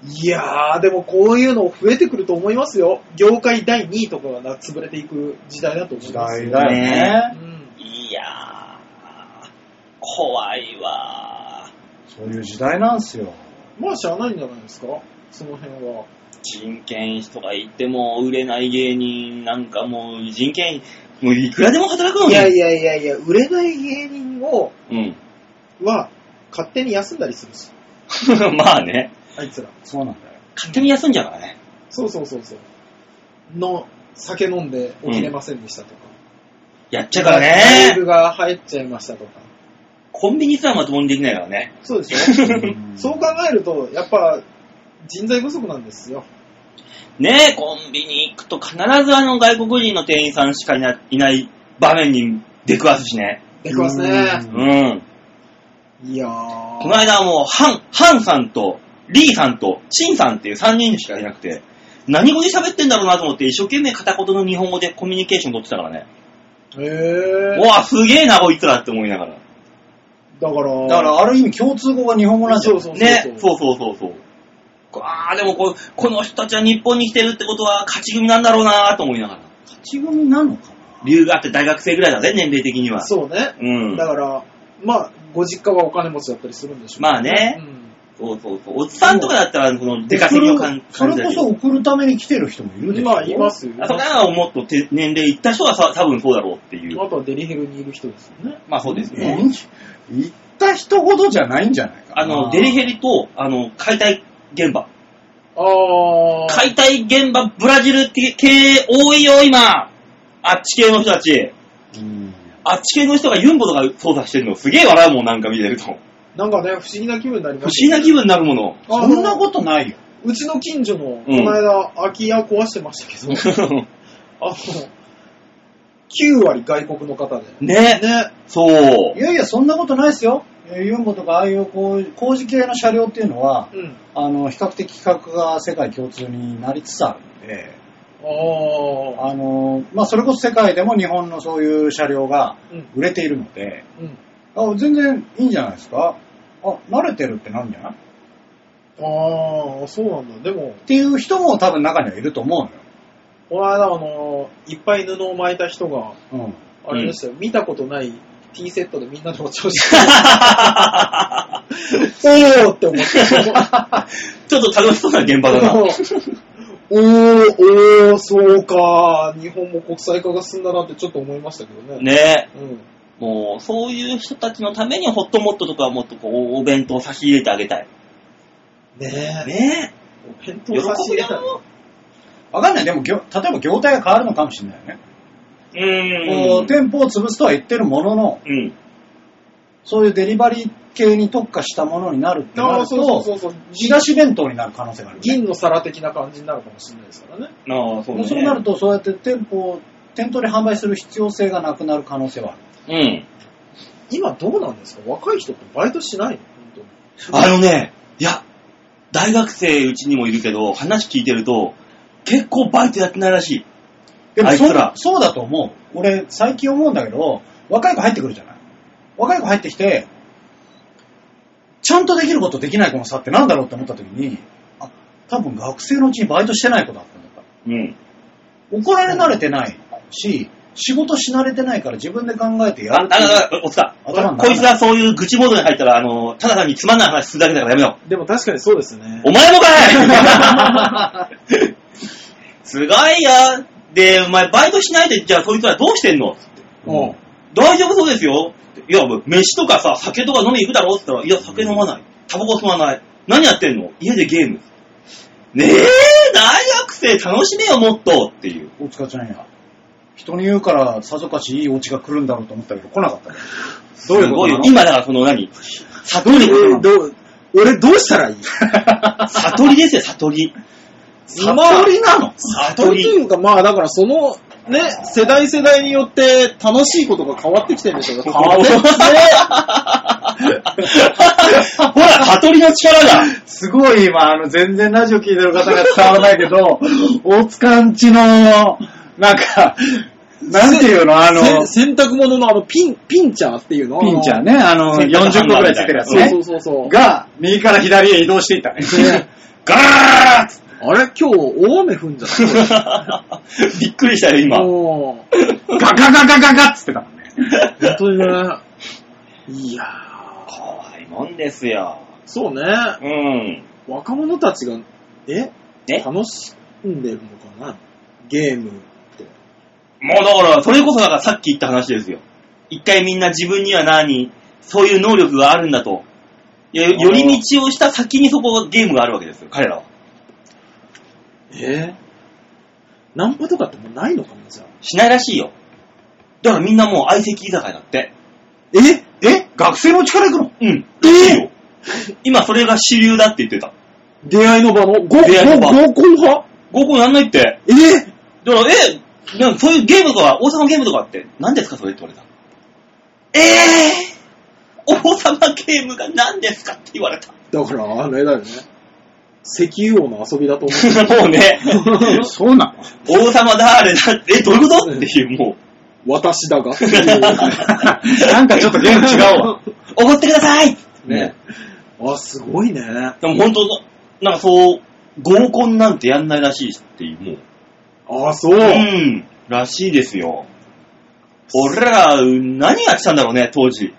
C: ね。いやー、でもこういうの増えてくると思いますよ。業界第2位とかがな潰れていく時代だと思い
D: 時
C: ますよ。
D: 代だよね。
C: うん。
B: いやー、怖いわー。
D: そういう時代なんすよ。
C: まあ、しゃあないんじゃないですかその辺は。
B: 人件費とか言っても売れない芸人なんかもう人件費、もういくらでも働くのに。
C: いやいやいやいや、売れない芸人を、
B: う
C: は、勝手に休んだりするし、
B: ん。 まあね。
C: あいつら。
D: そうなんだよ。
B: 勝手に休んじゃうからね。
C: そうそうそうそう。の、酒飲んで起きれませんでしたとか。
B: やっちゃうから
C: ライ
B: ね。
C: ブが入っちゃいましたとか。
B: コンビニすらまともにできないから ね。
C: そうでしょ
D: うん
C: そう考えると、やっぱ、人材不足なんですよ。
B: ねえ、コンビニ行くと必ずあの外国人の店員さんしかいないない場面に出くわすしね。
C: できます
D: う
C: ね。
D: ん
B: うん。
C: いや
B: こ
C: ー
B: の。間はもう、ハン、ハンさんと、リーさんと、チンさんっていう3人しかいなくて、何語で喋ってんだろうなと思って一生懸命片言の日本語でコミュニケーション取ってたからね。
C: へえ
B: う。わ、すげえな、こいつらって思いながら。
C: だから、
D: だからある意味共通語が日本語なんです
C: そ
D: よ
C: う。そうそう。
B: ね、そうそうそうそう。あー、でもここの人たちは日本に来てるってことは勝ち組なんだろうなと思いながら。
D: 勝ち組なのか
B: 留学って大学生ぐらいだぜ、年齢的には。
C: そうね。
B: うん。
C: だから、まあ、ご実家はお金持ちだったりするんでしょう
B: まあね
C: うん
B: そうそうそう。おっさんとかだったら、この
D: な
B: 出稼ぎを感
D: そ
B: 感
D: れ
B: じた
D: こ
B: り。
D: そ送るために来てる人もいるでしょ
C: 今いますよ、ね。
B: あそこはもっとて年齢いった人がさ多分そうだろうっていう。
C: あとはデリヘルにいる人ですよね。
B: まあそうです
D: ね
B: ね。
D: 行った人ほどじゃないんじゃないかな。
B: あの、デリヘリと、あの、解体現場。
C: あー。
B: 解体現場、ブラジル系多いよ、今。あっち系の人たち。
D: うん
B: あっち系の人がユンボとか操作してるのすげえ笑うもん、なんか見てると。不思
C: なんかね、不思議な気分になります
B: 議な気分になるもの。
D: そんなことないよ。
C: うちの近所の、こ
B: うん
C: の間、空き家壊してましたけど、あの、9割外国の方で。
B: ね。
C: ね。
B: そう
D: い。やいや、そんなことないですよ。えーユンボとかああいうこう工事系の車両っていうのは、
C: うん。
D: あの、比較的規格が世界共通になりつつあるんで、
C: ああ。
D: あの、まあ、それこそ世界でも日本のそういう車両が
C: うん。
D: 売れているので、
C: うん。
D: あ全然いいんじゃないですかあ、慣れてるってなんじゃない
C: ああ、そうなんだ。でも
D: っ、ていう人も多分中にはいると思うのよ。
C: この間、あの、いっぱい布を巻いた人が、
D: うん。
C: あれですよ、見たことない T セットでみんなでお調子おーって思って。
B: ちょっと楽しそうな現場だな。
C: おー、おー、そうか、日本も国際化が進んだなってちょっと思いましたけどね。
B: ね
C: うん。
B: もう、そういう人たちのためにホットモットとかはもっとこう、お弁当を差し入れてあげたい。
C: ねえ。
B: ね
C: お弁
B: え。
C: 当
B: 喜ぶ
C: 差し入れたい
B: よ。
D: わかんない。でも、業例えば業態が変わるのかもしれないよね。
B: う
D: こ
B: ー。
D: うん店舗を潰すとは言ってるものの、
B: うん。
D: そういうデリバリー系に特化したものになるってな
C: ああ、
D: る
C: そうそうそ
D: と、
C: うそう。
D: 仕出し弁当になる可能性がある、ね。
C: 銀の皿的な感じになるかもしれないですからね。
B: ああ、そう
D: も
B: ね。
D: うそうなると、そうやって店舗を、店頭で販売する必要性がなくなる可能性はあ
B: う
D: る。
B: ん。
C: 今どうなんですか若い人ってバイトしないの本当に
B: あのね、いや、大学生うちにもいるけど、話聞いてると、結構バイトやってないらしい。
D: でも
B: あいつ
D: そう
B: ら
D: そうだと思う。俺、最近思うんだけど、若い子入ってくるじゃない。若い子入ってきて、ちゃんとできることできない子の差ってなんだろうって思った時に、あ、多分学生のうちにバイトしてない子だったんだから。
B: うん。
D: 怒られ慣れてないし、仕事し慣れてないから自分で考えてや
B: あ、
D: る
B: あ
D: ってい
B: あ、あ
D: う
B: おつか。
D: 頭にな
B: こいつ
D: らない
B: がそういう愚痴モードに入ったら、あの、ただ単につまんない話するだけだからやめよ
C: でも確かにそうですね
B: う。。お前もかいすごいよ。で、お前バイトしないで、じゃあそいつらどうしてんの
C: お
B: 大丈夫そうですよ。いや、飯とかさ、酒とか飲み行くだろって言ったら、いや、酒飲まない。タバコ吸わない。何やってんの家でゲーム。ねえ、大学生楽しめよ、もっとっていう。
D: 大塚ちゃんや。人に言うからさぞかしいいオチが来るんだろうと思ったけど来なかったね。
B: どういうこと今だからその何悟り、
C: どう、俺どうしたらいい
B: 悟りですよ、悟り。
C: 悟りなの
B: 悟
C: 悟りと
B: り。
C: いうか、まあだからその、ね、世代世代によって楽しいことが変わってきてるんでしょうね。変わってき
B: ほら、悟りの力だ
D: すごい今、あの、全然ラジオ聞いてる方が伝わらないけど、 大塚んちの、なんか、 なんていうの、あの
C: せ、洗濯物のあのピン、ピンチャーっていうの
D: ピンチャー。ね、あの、
B: 洗濯ハンガー
D: 40個ぐらいついてるや
C: あ
D: つ
C: のそ
D: ね
C: う。そうそうそう。
D: が、右から左へ移動していったね。
C: ね
B: ガーッつっ
C: あれ今日大雨降んじゃ ない
B: て びっくりしたよ、今。
C: もう
D: ガガガガガガっつってたもんね。
C: 本当にね。いやー、
B: 怖いもんですよ。
C: そうね。
B: うん。
C: 若者たちが、え
B: え
C: 楽しんでるのかなゲームって。
B: もうだから、それこそだからさっき言った話ですよ。一回みんな自分には何、そういう能力があるんだと。いや寄り道をした先にそこがゲームがあるわけですよ、彼らは。
C: えーナンパとかってもうないのかなじゃあ。
B: しないらしいよ。だからみんなもう相席居酒屋だって。
C: え
D: え学生の力行くの
B: うん。らしいよ。今それが主流だって言ってた。
C: 出会いの場のご
B: 出会いの場
C: ご合コン派
B: 合コンやんないって。
C: え
B: だから、え、なんかそういうゲームとか、王様ゲームとかって、何ですかそれって言われた。えぇ、王様ゲームが何ですかって言われた。
C: だから、あれだよね。石油王の遊びだと思 う。
B: もうね、
D: そうなの
B: 王様だ、あれだって、え、どういうことっていう、もう、
C: 私だがっていう。
D: なんかちょっとゲーム違うわ。
B: おごってください
C: ね。あ、すごいね。
B: でも本当、なんかそう、合コンなんてやんないらしいっていう、もう。
C: あ、そう。
B: うん、らしいですよ。俺ら、何やってたんだろうね、当時。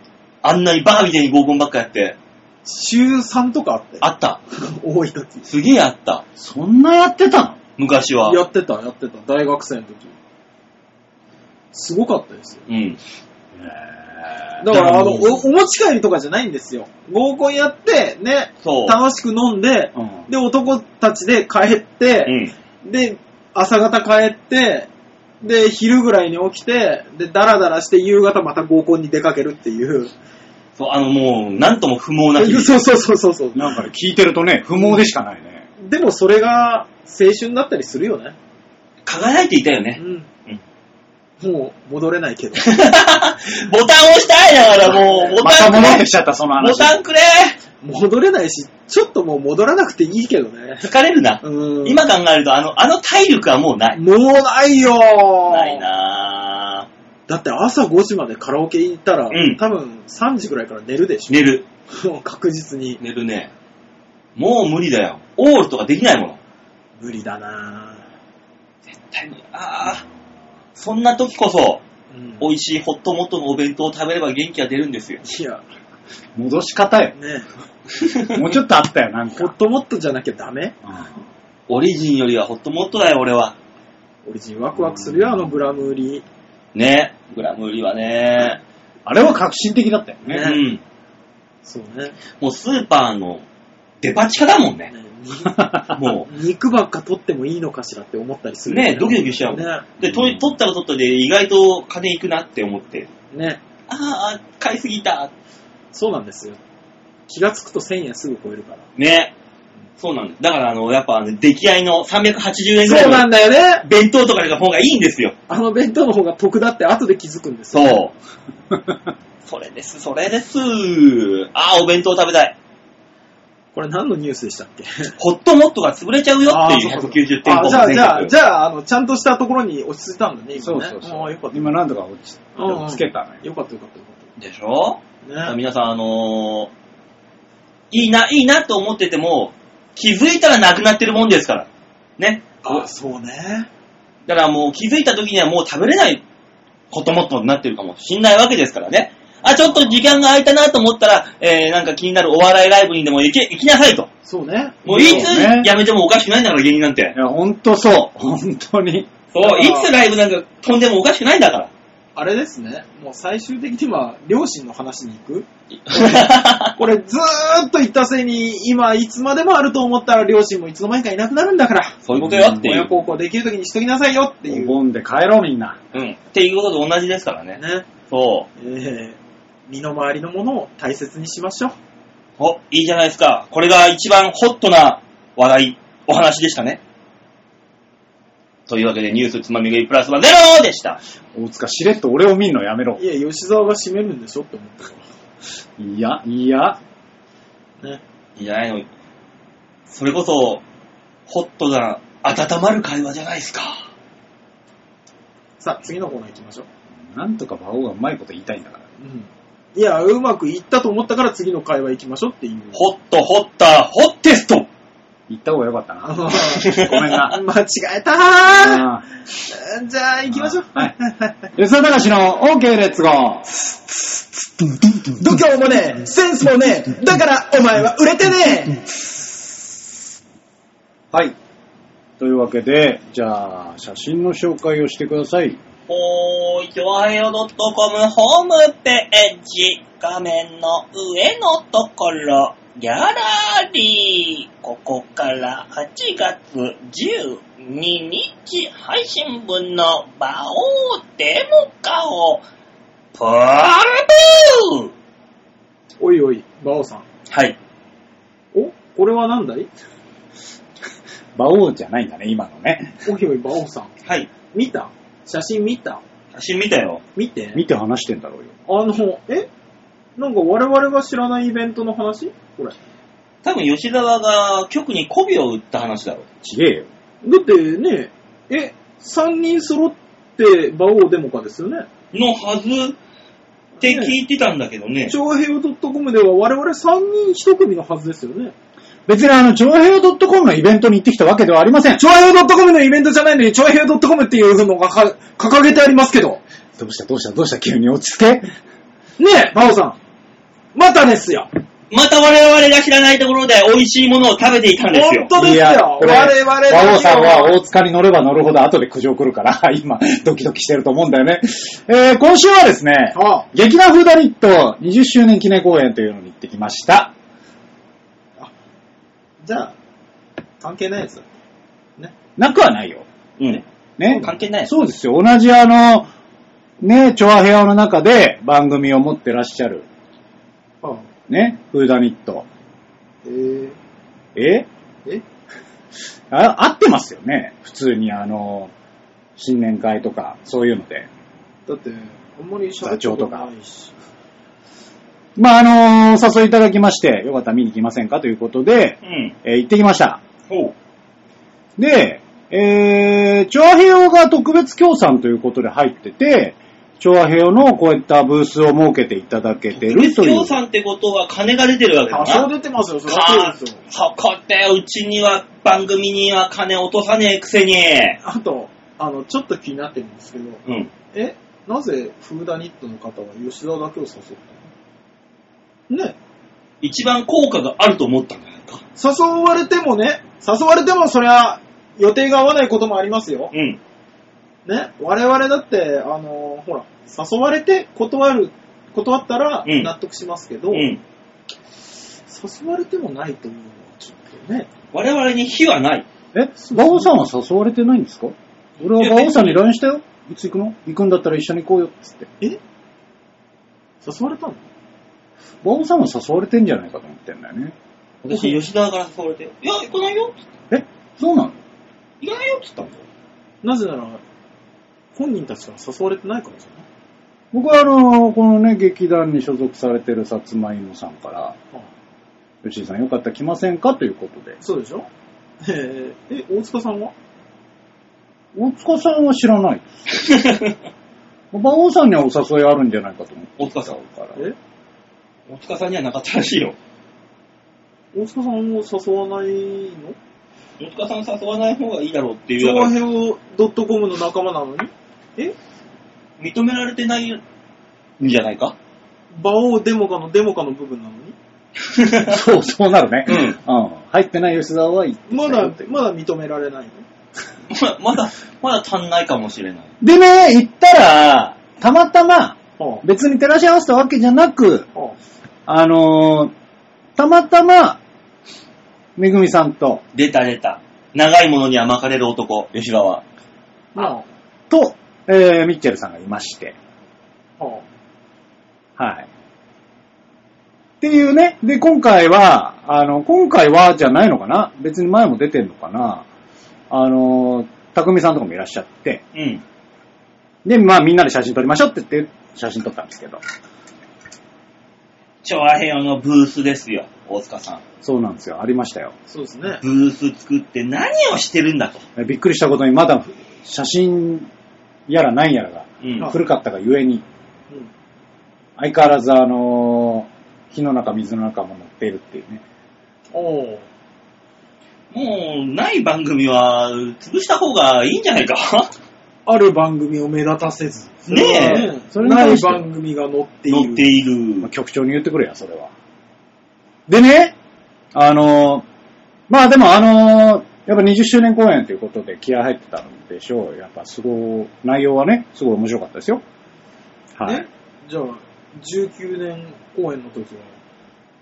B: あんなにバカみたいに合コンばっかやって。
C: 週3とかあって。
B: あった。
C: 多い時。
B: すげえあった。
D: そんなやってたの
B: 昔は。
C: やってた、やってた。大学生の時。すごかったですよ。
B: うん。
C: だから、あの、お
D: うん
C: お持ち帰りとかじゃないんですよ。合コンやって、ね、
B: そう。
C: 楽しく飲んで、
D: うん
C: で、男たちで帰って、
B: うん。
C: で、朝方帰って、で、昼ぐらいに起きて、で、ダラダラして夕方また合コンに出かけるっていう。
B: そう、あのもう、なんとも不毛な日々。
C: そうそうそうそうそう。
D: なんかね、聞いてるとね、不毛でしかないね。
C: でもそれが青春だったりするよね。
B: 輝いていたよね。
C: うん。もう戻れないけど。
B: ボタン押したいだからもう、ボ
D: ま
B: タ
D: た
B: ンく
D: 戻って
B: れ
D: きちゃった、その
B: ボ
D: 話。
B: タンくれ
C: 戻れないし、ちょっともう戻らなくていいけどね。
B: 疲れるな。
C: うん。
B: 今考えると、あの、あの体力はもうない。
C: もうないよー
B: ないなぁ。
C: だって朝5時までカラオケ行ったら、
B: うん
C: 多分3時ぐらいから寝るでし
B: 寝る。
C: ょ。 もう確実に。
B: 寝るね。もう無理だよ。オールとかできないもの。
C: 無理だな
B: 絶対に、ああ、そんな時こそ、
C: うん
B: 美味しいホットモットのお弁当を食べれば元気が出るんですよ。
C: いや、
D: 戻し方よ。
C: ね
D: もうちょっとあったよ、なん
C: ホ
D: か
C: ッ。トモットじゃなきゃダメ
D: うん
B: オリジンよりはホットモットだよ、俺は。
C: オリジンワクワクするよ、あのグラム売り。
B: ね。グラム売りはね。
D: あれは革新的だったよ
B: う
D: ね。
B: ん。
C: そうね。
B: もうスーパーのデパ地下だもん ね。
C: ね
B: も
C: に肉ばっか取ってもいいのかしらって思ったりす
B: う。
C: る。
B: ね、ドキドキしちゃうもん。で、と
D: うん
B: 取ったら取ったで意外と金いくなって思って。
C: ね。ね。
B: ああ、買いすぎた。
C: そうなんですよ。気がつくと1000円すぐ超えるから。
B: ね。そうなんです。だから、あの、やっぱ、ね、出来合いの380円ぐら
C: そう
B: い
C: なんだよね
B: の弁当とかの方がいいんですよ。
C: あの弁当の方が得だって後で気づくんですよ。
B: そう。それです、それです。ああ、お弁当食べたい。
C: これ何のニュースでしたっけ
B: ホットモットが潰れちゃうよっていう
C: あーそうか
B: 190店
C: あ
B: 舗
C: じゃあ、じゃあ、じ
B: ゃ
C: ゃあ、あの、ちゃんとしたところに落ち着いたんだね、今
D: そう
C: ね。
D: そう
C: あ
D: そ
C: あよかっ
D: う。
C: た。
D: 今なんとか落ち
C: うんうん
D: つけたのよ。
C: よかったよかったよ
B: でしょ
C: かった。ね。
B: 皆さん、あのーいいな、いいなと思ってても、気づいたらなくなってるもんですから。ね。
C: あ、そうね。
B: だからもう気づいた時にはもう食べれないこともっとになってるかもしんないわけですからね。あ、ちょっと時間が空いたなと思ったら、えー、なんか気になるお笑いライブにでも行け、行きなさいと。
C: そうね。
B: もういつ
D: そうね
B: やめてもおかしくないんだから芸人なんて
D: い。や、ほんとそう。ほんとに。
B: そう、いつライブなんか飛んでもおかしくないんだから。
C: あれですね。もう最終的には、両親の話に 行くこれずーっと言ったせいに、今いつまでもあると思ったら両親もいつの間にかいなくなるんだから、
B: そういうことよってい
C: 親
B: う。
C: 孝行できる時にしときなさいよってい
D: お
C: う。
D: 盆で帰ろう、みんな。
B: うん。っていうことと同じですからね。
C: ね。
B: そう。
C: えー身の回りのものを大切にしましょう。
B: お、いいじゃないですか。これが一番ホットな話題、お話でしたね。というわけで、ニュースつまみ食いプラスはゼロでした。
D: 大塚、しれっと俺を見んのやめろ。
C: いや、吉沢が締めるんでしょって思ったか
D: いや、いや。
C: ら。ね。
B: いいじゃないの。それこそ、ホットな、温まる会話じゃないですか。
C: さあ、次のコーナー行きましょう。
D: なんとか馬王がうまいこと言いたいんだから。
C: うん。いや、うまくいったと思ったから次の会話行きましょうっていう。
B: ホット、ホッター、ホッテスト
D: 言った方がよかった
C: あ
D: な。
C: の
D: ごめん な。
C: 間違えたー
D: あー
C: じゃあ行きましょう。
D: はい。吉田隆の OK レッツゴー。
C: 度胸もねえ、センスもねえ、だからお前は売れてね
D: はい。というわけで、じゃあ、写真の紹介をしてください。
B: おー、上平洋 .com ホームページ、画面の上のところ、ギャラリー。ここから8月12日配信分の馬王デモ化を、プルブー
C: えおいおい、バオさん。
B: はい。
C: おこれは何だい
D: 馬王じゃないんだね、今のね。
C: おいおい、バオさん。
B: はい。
C: 見た写真見た
B: 写真見たよ。
C: 見て。
D: 見て話してんだろうよ。
C: あの、えなんか我々が知らないイベントの話これ。だ
B: 多分吉沢が局に媚びを売った話だろう。
D: ちげえよ。
C: ってね、え、3人揃って馬王デモかですよね。
B: のはずって聞いてたんだけどね。
C: 長平洋 .com では我々3人1組のはずですよね。
D: 別にあの、長平 .com のイベントに行ってきたわけではありません。
C: 長平洋 .com のイベントじゃないのに、長平洋 .com っていうのがか掲げてありますけど。
D: どうしたどうしたどうした急に落ち着け。
C: ねえ、バオさん。またですよ。
B: また我々が知らないところで美味しいものを食べていたんですよ
C: 本。当です
D: い
C: よ。
D: や
C: 我
D: これ
C: 々の
D: 馬王さんは大塚に乗れば乗るほど後で苦情来るから、 今、ドキドキしてると思うんだよね。えー、今週はですね、
C: あ
D: 劇団フーダニット20周年記念公演というのに行ってきました。
C: じゃあ、関係ないやつ。ね。
D: なくはないよ。
B: うん。
D: ね。
B: 関係ない。
D: そうですよ。同じあの、ね、調和平和の中で番組を持ってらっしゃる、
C: ああ
D: ね、フーダニット。
C: えー、
D: え
C: え
D: あ合ってますよね。普通にあの、新年会とか、そういうので。
C: だって、あんまり
D: 座長とか
C: ないし。
D: まあ、あのお誘いいただきまして、よかったら見に来ませんかということで、
B: うん。
D: えー行ってきました。
B: そう。
D: で、えー、チョアヘヨが特別協賛ということで入ってて、調和平のこういったブースを設けていただけてると
B: 特別
D: い
B: 協
D: う。
B: 賛ってことは金が出てるわけだな。
C: 多少出てますよ、それは
B: か
C: そうですよ。
B: そこで、うちには、番組には金落とさねえくせに。
C: あと、あの、ちょっと気になってるんですけど、
B: うん。
C: え、なぜフーダニットの方は吉田だけを誘ったのね、
B: 一番効果があると思ったんじゃないか。
C: 誘われてもね、誘われてもそりゃ予定が合わないこともありますよ。
B: うん。
C: ね、我々だって、あの、ほら、誘われて断る、断ったら
B: うん
C: 納得しますけど、
B: うん。
C: 誘われてもないというのはちょっとね、
B: 我々に非はない。
D: え、馬王さんは誘われてないんですか俺は馬王さんに LINE したよ。いつ行くの行くんだったら一緒に行こうよっつって。
C: 誘われたの
D: 馬王さんは誘われてんじゃないかと思ってんだよね。
B: 私、吉田から誘われて、いや、行かないよ。
D: え、そうなの
B: 行かないよって言ったんだよ。
C: なぜなら、本人たちから誘われてないからじゃない
D: 僕はあの、このね、劇団に所属されてる薩摩芋さんから、吉井さんよかったら来ませんかということで。
C: そうでしょえーえ、大塚さんは
D: 大塚さんは知らない です。馬王さんにはお誘いあるんじゃないかと思って
B: 大塚さん。
D: たから。
C: え
B: 大塚さんにはなかったらしいよ。
C: 大塚さんを誘わないの
B: 大塚さん誘わない方がいいだろうっていう。
C: 長
B: だから
C: 編をドットコムの仲間なのにえ
B: 認められてないんじゃないか
C: 馬王デモカのデモカの部分なのに
D: そう、そうなるね。
B: うん
D: うん。入ってない吉沢は行って
C: ま
D: たよ
C: だ
D: って、
C: まだ認められないの
B: ままだ、まだ足んないかもしれない。
D: でね、行ったら、たまたま、
C: は
D: 別に照らし合わせたわけじゃなく、
C: あ、は
D: あのーたまたま、めぐみさんと、
B: 出た出た。長いものには巻かれる男、吉田は。
C: あ、は
D: と、えー、ミッチェルさんがいまして、
C: あ、は
D: はい。っていうね、で、今回は、あの、今回はじゃないのかな別に前も出てんのかなあのー、たくみさんとかもいらっしゃって、
B: うん。
D: で、まあみんなで写真撮りましょうって言って、写真撮ったんですけど、
B: 調和平和のブースですよ、大塚さん。
D: そうなんですよ、ありましたよ。
C: あ、そうですね。
B: ブース作って何をしてるんだと。
D: えびっくりしたことにまだ写真やら何やら
B: う
D: が
B: ん。
D: 古かったがゆえに、
C: うん、
D: 相変わらずあのー火の中水の中も乗っているっていうね。
C: おー
B: もう、ない番組は潰した方がいいんじゃないか
C: ある番組を目立たせず、
B: ねえ
C: ね
D: それに
C: ない
D: 対して
C: 番組が載っている。
B: 乗っている
D: まあ。局長に言ってくれや、それは。でね、あのーまあでもあのーやっぱ20周年公演ということで気合入ってたんでしょう。やっぱすごい、内容はね、すごい面白かったですよ。はい。
C: ねじゃあ、19年公演の時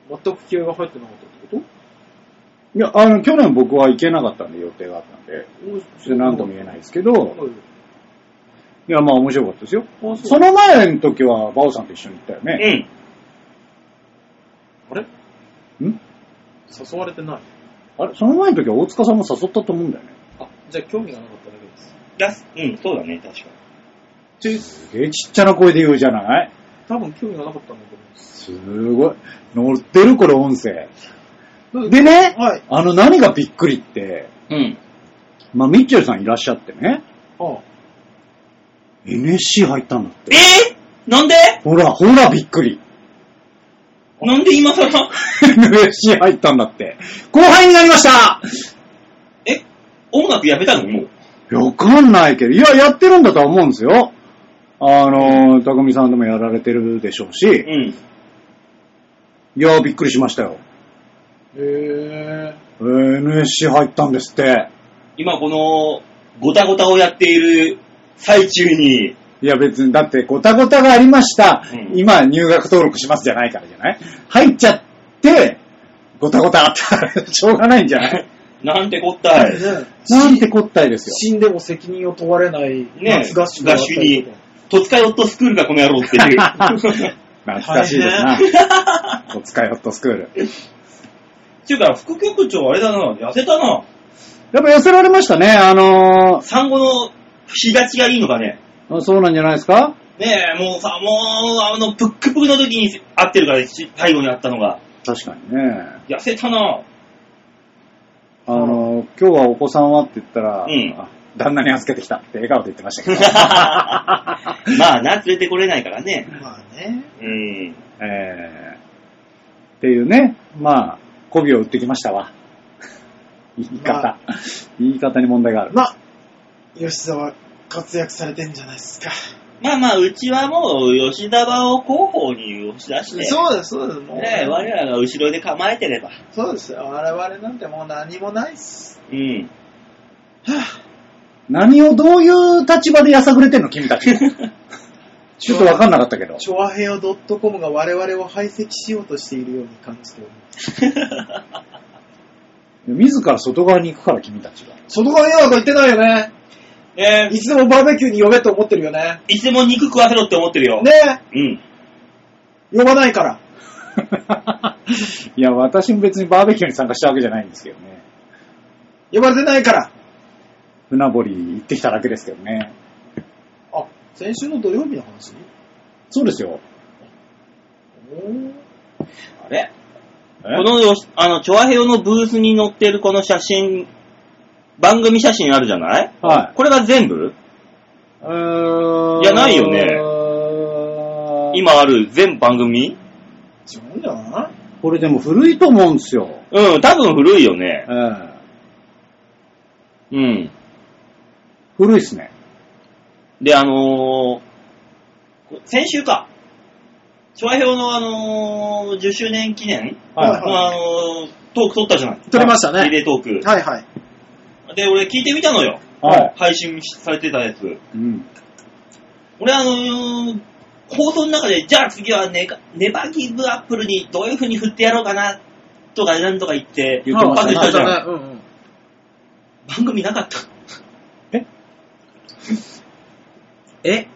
C: は、全く気合が入ってなかったってこ
D: いや、あの、去年僕は行けなかったんで、予定があったんで、
C: と
D: ちょっと何とも言えないですけ
C: お
D: ど、
C: ー
D: いや、まあ面白かったですよ。
C: おーあ
D: そ
C: そう
D: の前の時は、バオさんと一緒に行ったよね。
B: うん。
C: あれ
D: ん
C: 誘われてない
D: あれその前の時は大塚さんも誘ったと思うんだよね。
C: あ、じゃあ興味がなかっただけです。
B: だすうん、そうだね、確か
D: すげえちっちゃな声で言うじゃない
C: 多分興味がなかったんだと思います。
D: すごい。乗ってるこれ音声。
C: だって
D: でね、
C: はい。
D: あの何がびっくりって、
B: に。うん。
D: まあミッチェルさんいらっしゃってね、
C: ああ
D: NSC 入ったんだって。
B: えー、なんで
D: ほら、ほらびっくり。
B: なんで今更
D: NSC 入ったんだって。後輩になりました
B: え、音楽やめたのもう。
D: わかんないけど、いや、やってるんだとは思うんですよ。あの、たくみさんでもやられてるでしょうし、
B: うん。
D: いや、びっくりしましたよ。
C: へえ。
D: えー NSC 入ったんですって。
B: 今この、ごたごたをやっている最中に、
D: いや別に、だってごたごたがありました。
B: うん
D: 今入学登録しますじゃないからじゃない入っちゃって、ごたごたあった らしょうがないんじゃない
B: なんてこったい。
C: ね
D: なんてこったいですよ。
C: 死んでも責任を問われない
B: ね
C: 夏合宿があったりとか
B: 戸塚ヨットスクールだ、この野郎っていう。
D: 懐かしいですな。お使いホットスクール。
B: っていうか、副局長あれだな、痩せたな。
D: やっぱ寄せられましたね。あの
B: 産後の日立ちがいいのかね。
D: ー、そうなんじゃないですか
B: ねえ、もうさ、もう、あの、ぷっくぷくの時に会ってるから、し最後に会ったのが。
D: 確かにね。
B: 痩せたな。
D: あの、今日はお子さんはって言ったら、
B: うん
D: あ旦那に預けてきたって笑顔で言ってましたけど。
B: まあな、連れてこれないからね。
A: まあね。
B: うん。
D: えー、っていうね、まあ、媚びを売ってきましたわ。 言い方、
A: まあ
D: 言い方に問題がある。
A: まあ、吉沢活躍されてんじゃないですか。
B: まあまあ、うちはもう、吉沢を候補に押し出して、
E: そうです、そうです。もう
B: ね、我らが後ろで構えてれば。
E: そうですよ。我々なんてもう何もないっす。
B: うん。
D: 何をどういう立場でやさぐれてんの、君たち。ちょっとわかんなかったけど。
E: チョアヘオ .com が我々を排斥しようとしているように感じております。
D: 自ら外側に行くから、君たちが。
E: 外側には言ってないよね。
B: えー、
E: いつでもバーベキューに呼べと思ってるよね。
B: いつでも肉食わせろって思ってるよ。
E: ね
B: うん。
E: 呼ばないから。
D: いや、私も別にバーベキューに参加したわけじゃないんですけどね。
E: 呼ばれてないから。
D: 船堀行ってきただけですけどね。
E: あ、先週の土曜日の話
D: そうですよ。
E: おー
B: あれ
D: え
B: このよし、あの、チョアヘヨのブースに載ってるこの写真、番組写真あるじゃない
D: はい。
B: これが全部
D: うーん
B: いやないよね。今ある全番組
E: 違うんじゃない
D: これでも古いと思うんですよ。
B: うん、多分古いよね。
D: ええ
B: うん。
D: 古いっすね。
B: で、あのー、先週か。チョアヘヨのあのー、10周年記念
E: はい
B: あのー、トーク撮ったじゃない
C: 撮りました
B: リ
C: ね。
B: レートーク。
E: はいはい。
B: で、俺聞いてみたのよ。
D: はい。
B: 配信されてたやつ。
D: うん。
B: 俺あのー放送の中で、じゃあ次はネガネバーギブアップルにどういう風に振ってやろうかな、とかなんとか言って、
D: 言ってま
B: パ
D: し
B: ッと言った
D: たね
B: じゃん。
C: うんうん。
B: 番組なかった。
C: え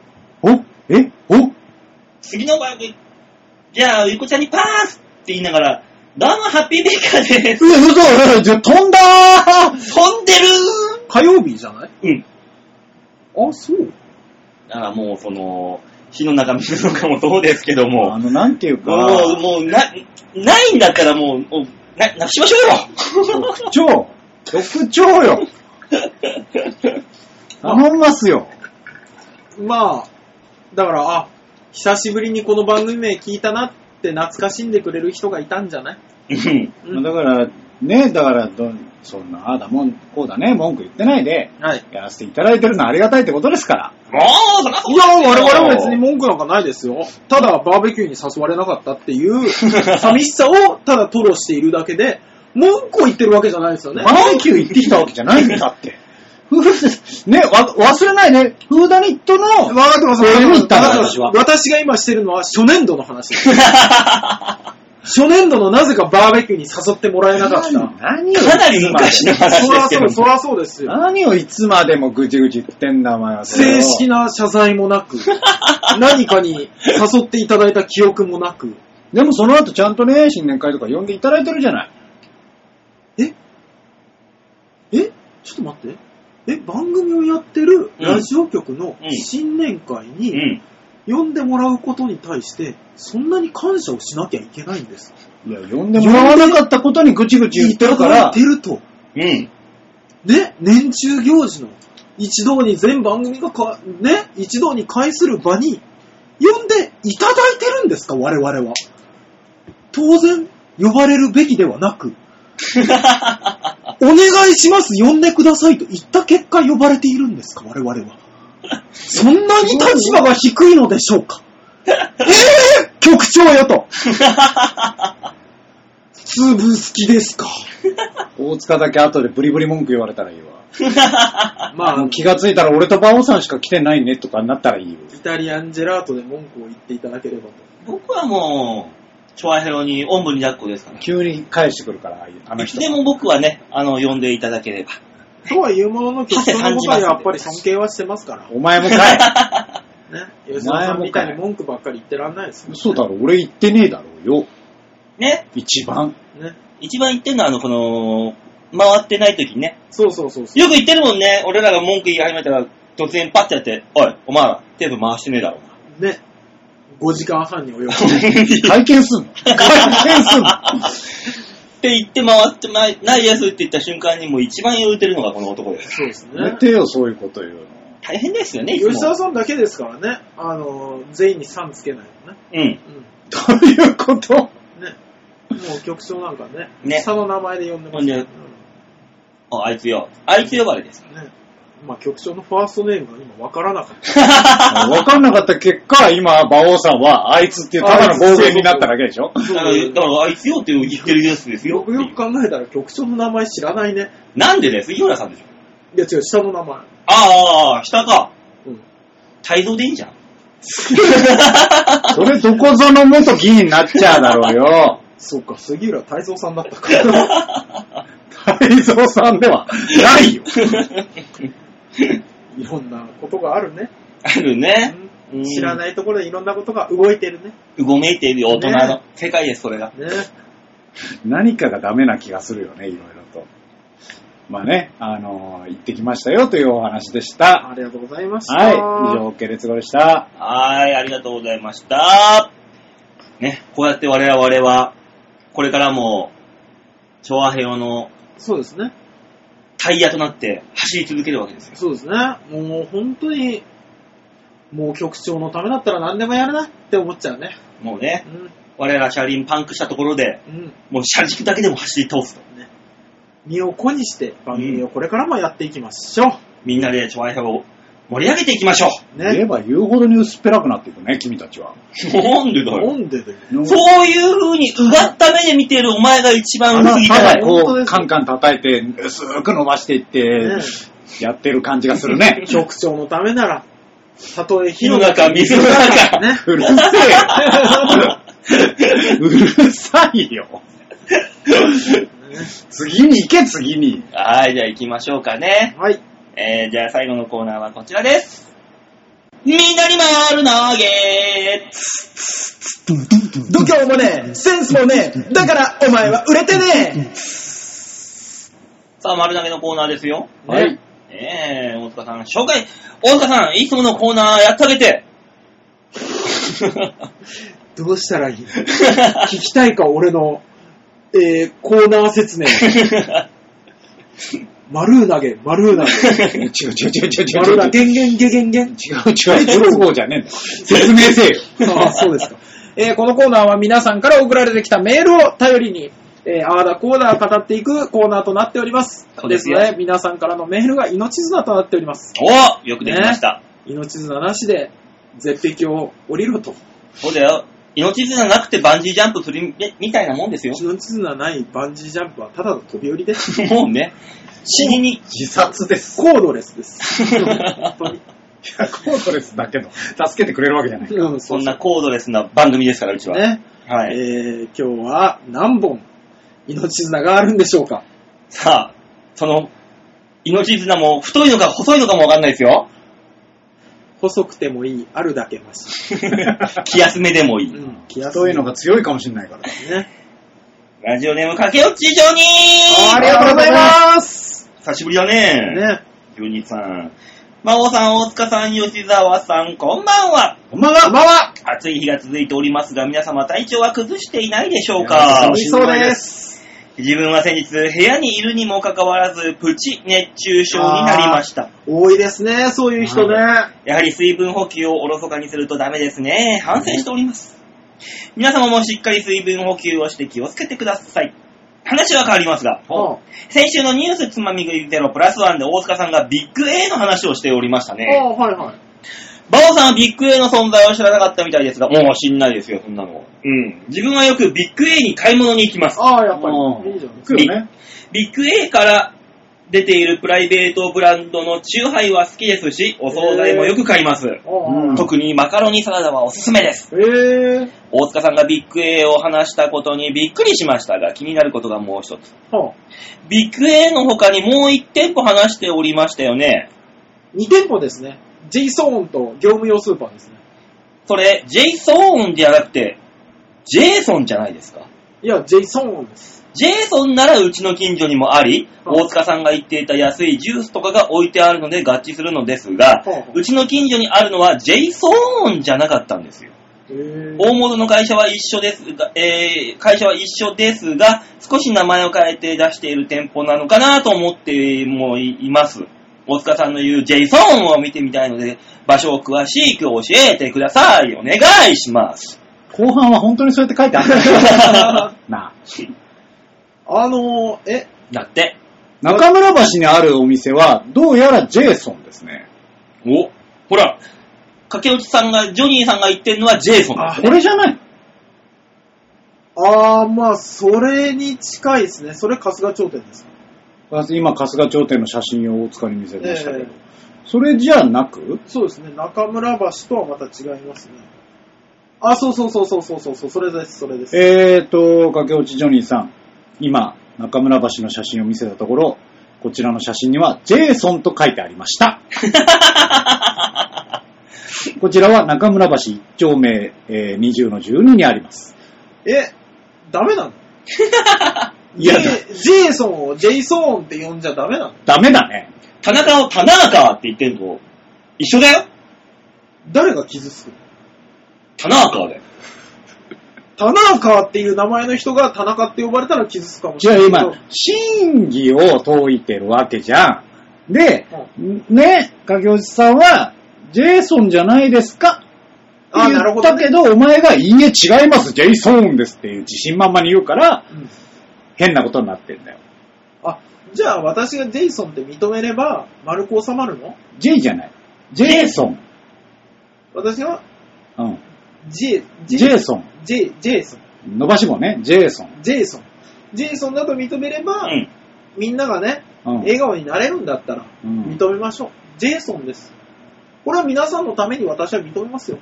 D: おえお
B: 次の番組、じゃあ、ゆこちゃんにパースって言いながら、どうもハッピーメーカーです。
D: 嘘嘘じゃ飛んだー
B: 飛んでる
C: 火曜日じゃない
B: ーうん。
C: あ、そう。
B: だからもう、その、火の中見るのかもそうですけど
D: あ
B: も、
D: の、なんていうか、
B: もう、もう、な、ないんだったらもう、もうな、なくしましょうよ
D: 局長局長 よ頼みますよ
C: まあ、だから、あ、久しぶりにこの番組名聞いたなって懐かしんでくれる人がいたんじゃない
B: うん
C: うん
D: だから、ね、だからど、そんな、ああだもん、こうだね、文句言ってないで、
C: はい。
D: やらせていただいてるのはありがたいってことですから。
B: も う、そらそ
C: いや、我々は別に文句なんかないですよ。ただ、バーベキューに誘われなかったっていう寂しさをただ吐露しているだけで、文句を言ってるわけじゃないですよね
D: バ。ーベキュー行ってきたわけじゃないんだ って。夫婦、ね、わ、忘れないね、フーダニットの、
C: わかってます
D: そういうふうに言ったんだ
C: わかってます
D: 私は
C: 私が今してるのは初年度の話です。初年度のなぜかバーベキューに誘ってもらえなかった。
D: 何を
B: かなり昔の話
C: そ
B: で
C: ら
B: すけ
C: そ
B: ど
C: う、そらそうですよ。
D: 何をいつまでもぐちぐち言ってんだ、お前は。それを
C: 正式な謝罪もな く、何かに誘っていただいた記憶もなく、
D: でもその後ちゃんとね、新年会とか呼んでいただいてるじゃない。
C: えちょっと待って。え、番組をやってるラジオ局の
B: うん
C: 新年会
B: う
C: に
B: ん。
C: 呼んでもらうことに対して、そんなに感謝をしなきゃいけないんです。
D: いや、呼んでもらわなかったことにぐちぐち言ってるか
C: いただ
D: ら
C: いて、ると。
B: うん。
C: ね、年中行事の一堂に全番組がか、ね、一堂に会する場に呼んでいただいてるんですか、我々は。当然、呼ばれるべきではな く、お願いします、呼んでくださいと言った結果呼ばれているんですか、我々は。そんなに立場が低いのでしょう か。ええ局長よと。つぶ好きですか。
D: 大塚だけ後でブリブリ文句言われたらいいわ。
C: まあ
D: もう気がついたら俺と馬王さんしか来てないねとかになったらいいよ。
C: イタリアンジェラートで文句を言っていただければと。
B: 僕はもう、チョアヘロにおんぶに抱っこですから。
D: 急に返してくるから、あの
B: いつ
D: 人。
B: でも僕はね、あの、呼んでいただければ。
C: とは言うものの、局長のことはやっぱり尊敬はしてますから。
D: お前 もかい。
C: ね。吉田さんみたいに文句ばっかり言ってらんないですよ。
D: 嘘だろ、俺言ってねえだろうよ。
B: ね。
D: 一番。
C: ね。
B: 一番言ってるのは、あの、この、回ってない時にね。
C: そうそうそうそう。
B: よく言ってるもんね。俺らが文句言い始めたら、突然パッてやって、おい、お前ら、テープ回してねえだろ。
C: ね。5時間半に及ぶ。
D: 会見すんの会見すんの
B: って行って回ってないないですって言った瞬間にもう一番言うてるのがこの男です。
C: そうです
D: やめ
C: ね。
D: てよ、そういうこと言うの。
B: 大変ですよね、いつも
C: 吉沢さんだけですからね、あの、全員に3つけないのね。
B: うん。
C: う
D: どういうこと
C: ん。ね。もう局長なんかね、
B: ね
C: 下の名前で呼んでますからね。
B: ああいつよ。あいつ呼ば れです。
C: うんね。まあ局長のファーストネームが今わからなか った。
D: わかんなかった結果、今、馬王さんは、あいつっていうただの暴言になっただけでしょ
B: だから、だからあいつよって言ってるやつですよ
C: よ。くよく考えたら局長の名前知らないね。
B: なんでです日村さんでしょ。
C: いや違う、下の名前。
B: ああ、下か。
C: うん。
B: 泰造でいいじゃん。
D: それどこぞの元議員になっちゃうだろう よ。
C: そうか、杉浦太蔵さんだったから。
D: 太蔵さんではないよ。
C: いろんなことがあるね。
B: あるね。うん
C: 知らないところでいろんなことが動いてるね。
B: うごめいている大人の
C: ね
B: 世界です、それが。
C: ね。
D: 何かがダメな気がするよね、いろいろと。まあね、あの行ってきましたよというお話でした。
C: ありがとうございました。
D: はい、以上、OK 列語でした。
B: はーい、ありがとうございました。ね、こうやって我々は、これからも、調和平和の
C: そうですね。
B: タイヤとなって走り続けるわけですよ。
C: そうですね。もう本当に、もう局長のためだったら何でもやるなって思っちゃうね。
B: もうね
C: う、ん。
B: 我ら車輪パンクしたところで、
C: うん。
B: もう車軸だけでも走り通すと。
C: 身を粉にして番組をこれからもやっていきましょ
B: みんなで調和平和を盛り上げていきましょ
C: う。
D: 言え
C: ね。
D: ば言うほどに薄っぺらくなっていくね、君たちは。
B: う。 なんでだよ。
C: なんでだよ。
B: そういう風にうがった目で見ているお前が一番う
D: あの
B: すぎてな
D: た
B: い
D: だ。こう、カンカン叩いて、薄く伸ばしていって
C: ね、。
D: やってる感じがするね
C: 局長のためなら、たとえ
B: 火の中、水の中。
C: ね。
D: うるせ えよ。うるさいよ。次に行け、次に。
B: はい、じゃあ行きましょうかね。
C: はい。
B: えー、じゃあ最後のコーナーはこちらです。みんなに丸投げ
E: 度胸もねえ、センスもねえ、だからお前は売れてね
B: さあ、丸投げのコーナーですよ。
D: はい。
B: えー、大塚さん、紹介大塚さん、いつものコーナーやってあげ て
C: どうしたらいいの聞きたいか、俺の、えー、コーナー説明。丸投げ、 丸投げ。
D: 違う違う違う違う違
C: 丸
D: う
C: 投。げ、ゲンゲゲンゲン。
D: 違う違う、ブルボーじゃねえんだよ。説明せえよ。
C: ああ、そうですか。 えーこのコーナーは皆さんから送られてきたメールを頼りに、えーあーだこーだ語っていくコーナーとなっております。
B: そうですよ
C: ので、皆さんからのメールが命綱となっております。
B: およくできました。
C: 命綱なしで、絶壁を降りろと。
B: そうだよ。命綱なくてバンジージャンプするみみたいなもんですよ。
C: 命綱ないバンジージャンプはただの飛び降りです。
B: もうね、死にに。
D: 自殺です。
C: コードレスです。 本当に。
D: いや、コートレスだけど、助けてくれるわけじゃない。
C: うん、
B: そんなコードレスな番組ですから、うちは。
C: ね。
B: はい。
C: えー、今日は何本命綱があるんでしょうか
B: さあ、その、命綱も太いのか細いのかもわかんないですよ。
C: 細くてもいい、あるだけまし。
B: 気休めでもいい。
C: ん、気
D: そういうのが強いかもしれないから。
C: ね。
B: ラジオネームかけおっちジョニー
C: ありがとうございます
B: 久しぶりだね。
C: ね、
B: ジョニーさん。魔王さん、大塚さん、吉沢さん、こんばんは。
D: こんばんはこんばんは
B: 暑い日が続いておりますが、皆様体調は崩していないでしょう
D: いや
B: か
D: ー
C: そうです。
B: 自分は先日、部屋にいるにもかかわらず、プチ熱中症になりました。
C: 多いですね、そういう人ね。
B: やはり水分補給をおろそかにするとダメですね。反省しております。皆様もしっかり水分補給をして気をつけてください。話は変わりますが、
C: お
B: 先週のニュースつまみ食いゼロプラスワンで大塚さんがビッグ A の話をしておりましたね。
C: おはいはい。
B: バオさんはビッグ A の存在を知らなかったみたいですが、もう知んないですよ、そんなの。うん。自分はよくビッグ A に買い物に行きます。
C: ああ、やっぱ
D: うん
C: り。いいじゃん。
D: 来るね。
B: ビッグ A から出ているプライベートブランドのチューハイは好きですし、お惣菜もよく買います。
D: うん
B: 特にマカロニサラダはおすすめです。
C: えー、
B: 大塚さんがビッグ A を話したことにびっくりしましたが、気になることがもう一つ。
C: はあ、
B: ビッグ A の他にもう一店舗話しておりましたよね。
C: 2店舗ですね。ジェイソーンと業務用スーパーですね。
B: それ、ジェイソーンじゃなくて、ジェイソンじゃないですか。
C: いや、ジェイソーンです。
B: ジェイソンならうちの近所にもあり、
C: はい
B: 大塚さんが言っていた安いジュースとかが置いてあるので合致するのですが
C: はい、
B: うちの近所にあるのはジェイソーンじゃなかったんですよ。
C: え
B: 大物の会社は一緒ですが、えー会社は一緒ですが、少し名前を変えて出している店舗なのかなと思ってもいます。大塚さんの言うジェイソンを見てみたいので、場所を詳しく教えてください。お願いします。
D: 後半は本当にそうやって書いてあるなあ
C: あのー、え、
B: だって。
D: 中村橋にあるお店は、どうやらジェイソンですね。
B: おほら、駆内さんが、ジョニーさんが言ってるのはジェイソンです
D: これじゃない
C: あー、まあ、それに近いですね。それ、春日頂点ですか。
D: 今、春日頂点の写真を大塚に見せましたけど、
C: ええ
D: それじゃなく、
C: そうですね。中村橋とはまた違いますね。あ、そうそうそうそうそうそうそう、それです、それです。
D: えーと、駆け落ちジョニーさん、今、中村橋の写真を見せたところ、こちらの写真には、ジェイソンと書いてあり ました。こちらは中村橋1丁目、えー20の12にあります。
C: え、ダメなの
D: いや、
C: ジェジェイソンをジェイソーンって呼んじゃダメなの
D: ダメだね。
B: 田中を田中って言ってんのと、一緒だよ
C: 誰が傷つくの
B: 田中だよ。
C: 田中っていう名前の人が田中って呼ばれたら傷つくかもし
D: じゃあ
C: れないけど。
D: 今、真偽を解いてるわけじゃん。で、ね、影おじさんは、ジェイソンじゃないですかって
C: あ
D: 言
C: なるほ
D: っ
C: ど
D: た
C: ね
D: けど、お前が、いいえ、違います、ジェイソンですっていう自信満々に言うから、
C: うん
D: 変なことになってんだよ。
C: あ、じゃあ私がジェイソンって認めれば丸く収まるの
D: J じゃない。ジェイソン。
C: 私は
D: うん。
C: ジェ、
D: ジェイソン。
C: ジェ、ジェイソン。
D: 伸ばし棒ね、ジェイソン。
C: ジェイソン。ジェイソンだと認めれ
B: う
C: ば、
B: ん。
C: みんながね、
D: うん
C: 笑顔になれるんだったら、
D: うん
C: 認めましょう。ジェイソンです。これは皆さんのために私は認めますよ。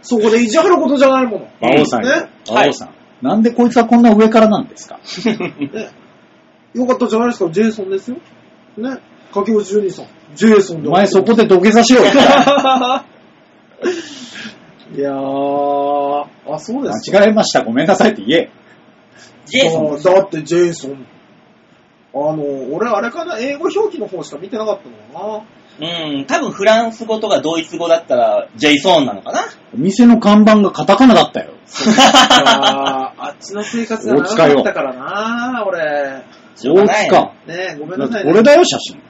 C: そこで意地張ることじゃないもの。
D: 馬王さんよ
C: ね。
D: 馬王さん。なんでこいつはこんな上からなんですか
C: ね、よかったじゃないですか、ジェイソンですよ。ね、かけおじジュニーさん、ジェイソン
D: お
C: で。
D: 前そこで土下座しろよ。
C: いやー、あ、そうですか。
D: 間違えました、ごめんなさいって言え。
B: ジェイソン。
C: あーだってジェイソン。あの、俺あれかな、英語表記の方しか見てなかったのか
B: うん、多分フランス語とかドイツ語だったら、ジェイソンなのかな
D: お店の看板がカタカナだったよ。
C: な。あーあっちの生活が長かったからな、俺。
B: しょうが
D: 大
B: ない
D: 塚。
C: ねごめん
D: だ
C: な
D: って
C: さいね。
D: 俺だよ、写真。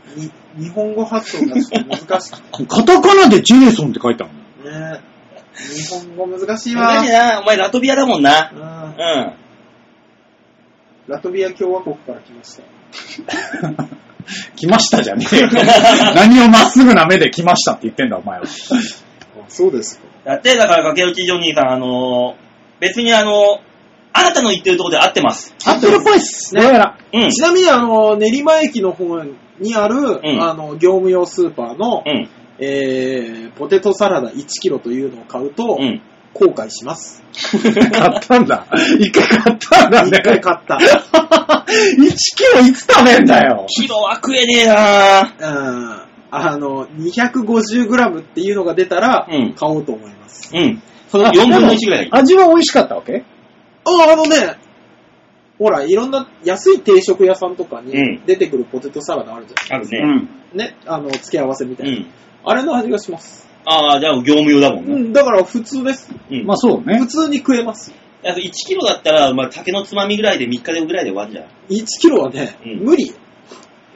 C: に日本語発音がちょっと難しくて
D: カタカナでジェイソンって書いてあるの。
C: ね。日本語難しいわ
B: 難。しいな。お前ラトビアだもんな。
C: うん
B: うん。ラ
C: ラトビア共和国から来ました。
D: 来ましたじゃねえよ。何をまっすぐな目で来ましたって言ってんだ、お前は。
C: そうですか。
B: って、だから、かけうちジョニーさん、あのー別にあのーあなたの言ってるとこで合ってます。
D: アップルパイスどうやら。
B: うん。
C: ちなみに、あの、練馬駅の方にある、
B: ん
C: あの、業務用スーパーの、
B: うん。
C: えー、ポテトサラダ1キロというのを買うと、
B: うん。
C: 後悔します。
D: 買ったんだ。一回買ったんだね。
C: 一回買った。
D: 1キロいつ食べんだよ。
B: キロは食えねえな
C: うん。あの、250グラムっていうのが出たら、
B: うん
C: 買おうと思います。
B: うん。その4分の1ぐらいだけ
D: 味は美味しかったわけ
C: あ、あのね、ほら、いろんな安い定食屋さんとか
B: う
C: に
B: ん
C: 出てくるポテトサラダあるじゃ
B: あるね。
D: ん。
C: ん。ね、あの、付け合わせみた
B: う
C: い
B: ん。
C: な。あれの味がします。
B: ああ、じゃあ業務用だもん
C: う
B: ね。
C: ん、だから普通です。
B: うん。
D: まあそうね
C: 普。通に食えます。
B: あと1キロだったら、まあ竹のつまみぐらいで3日でぐらいで終わんじゃん。
C: 1キロはね、
B: うん
C: 無理。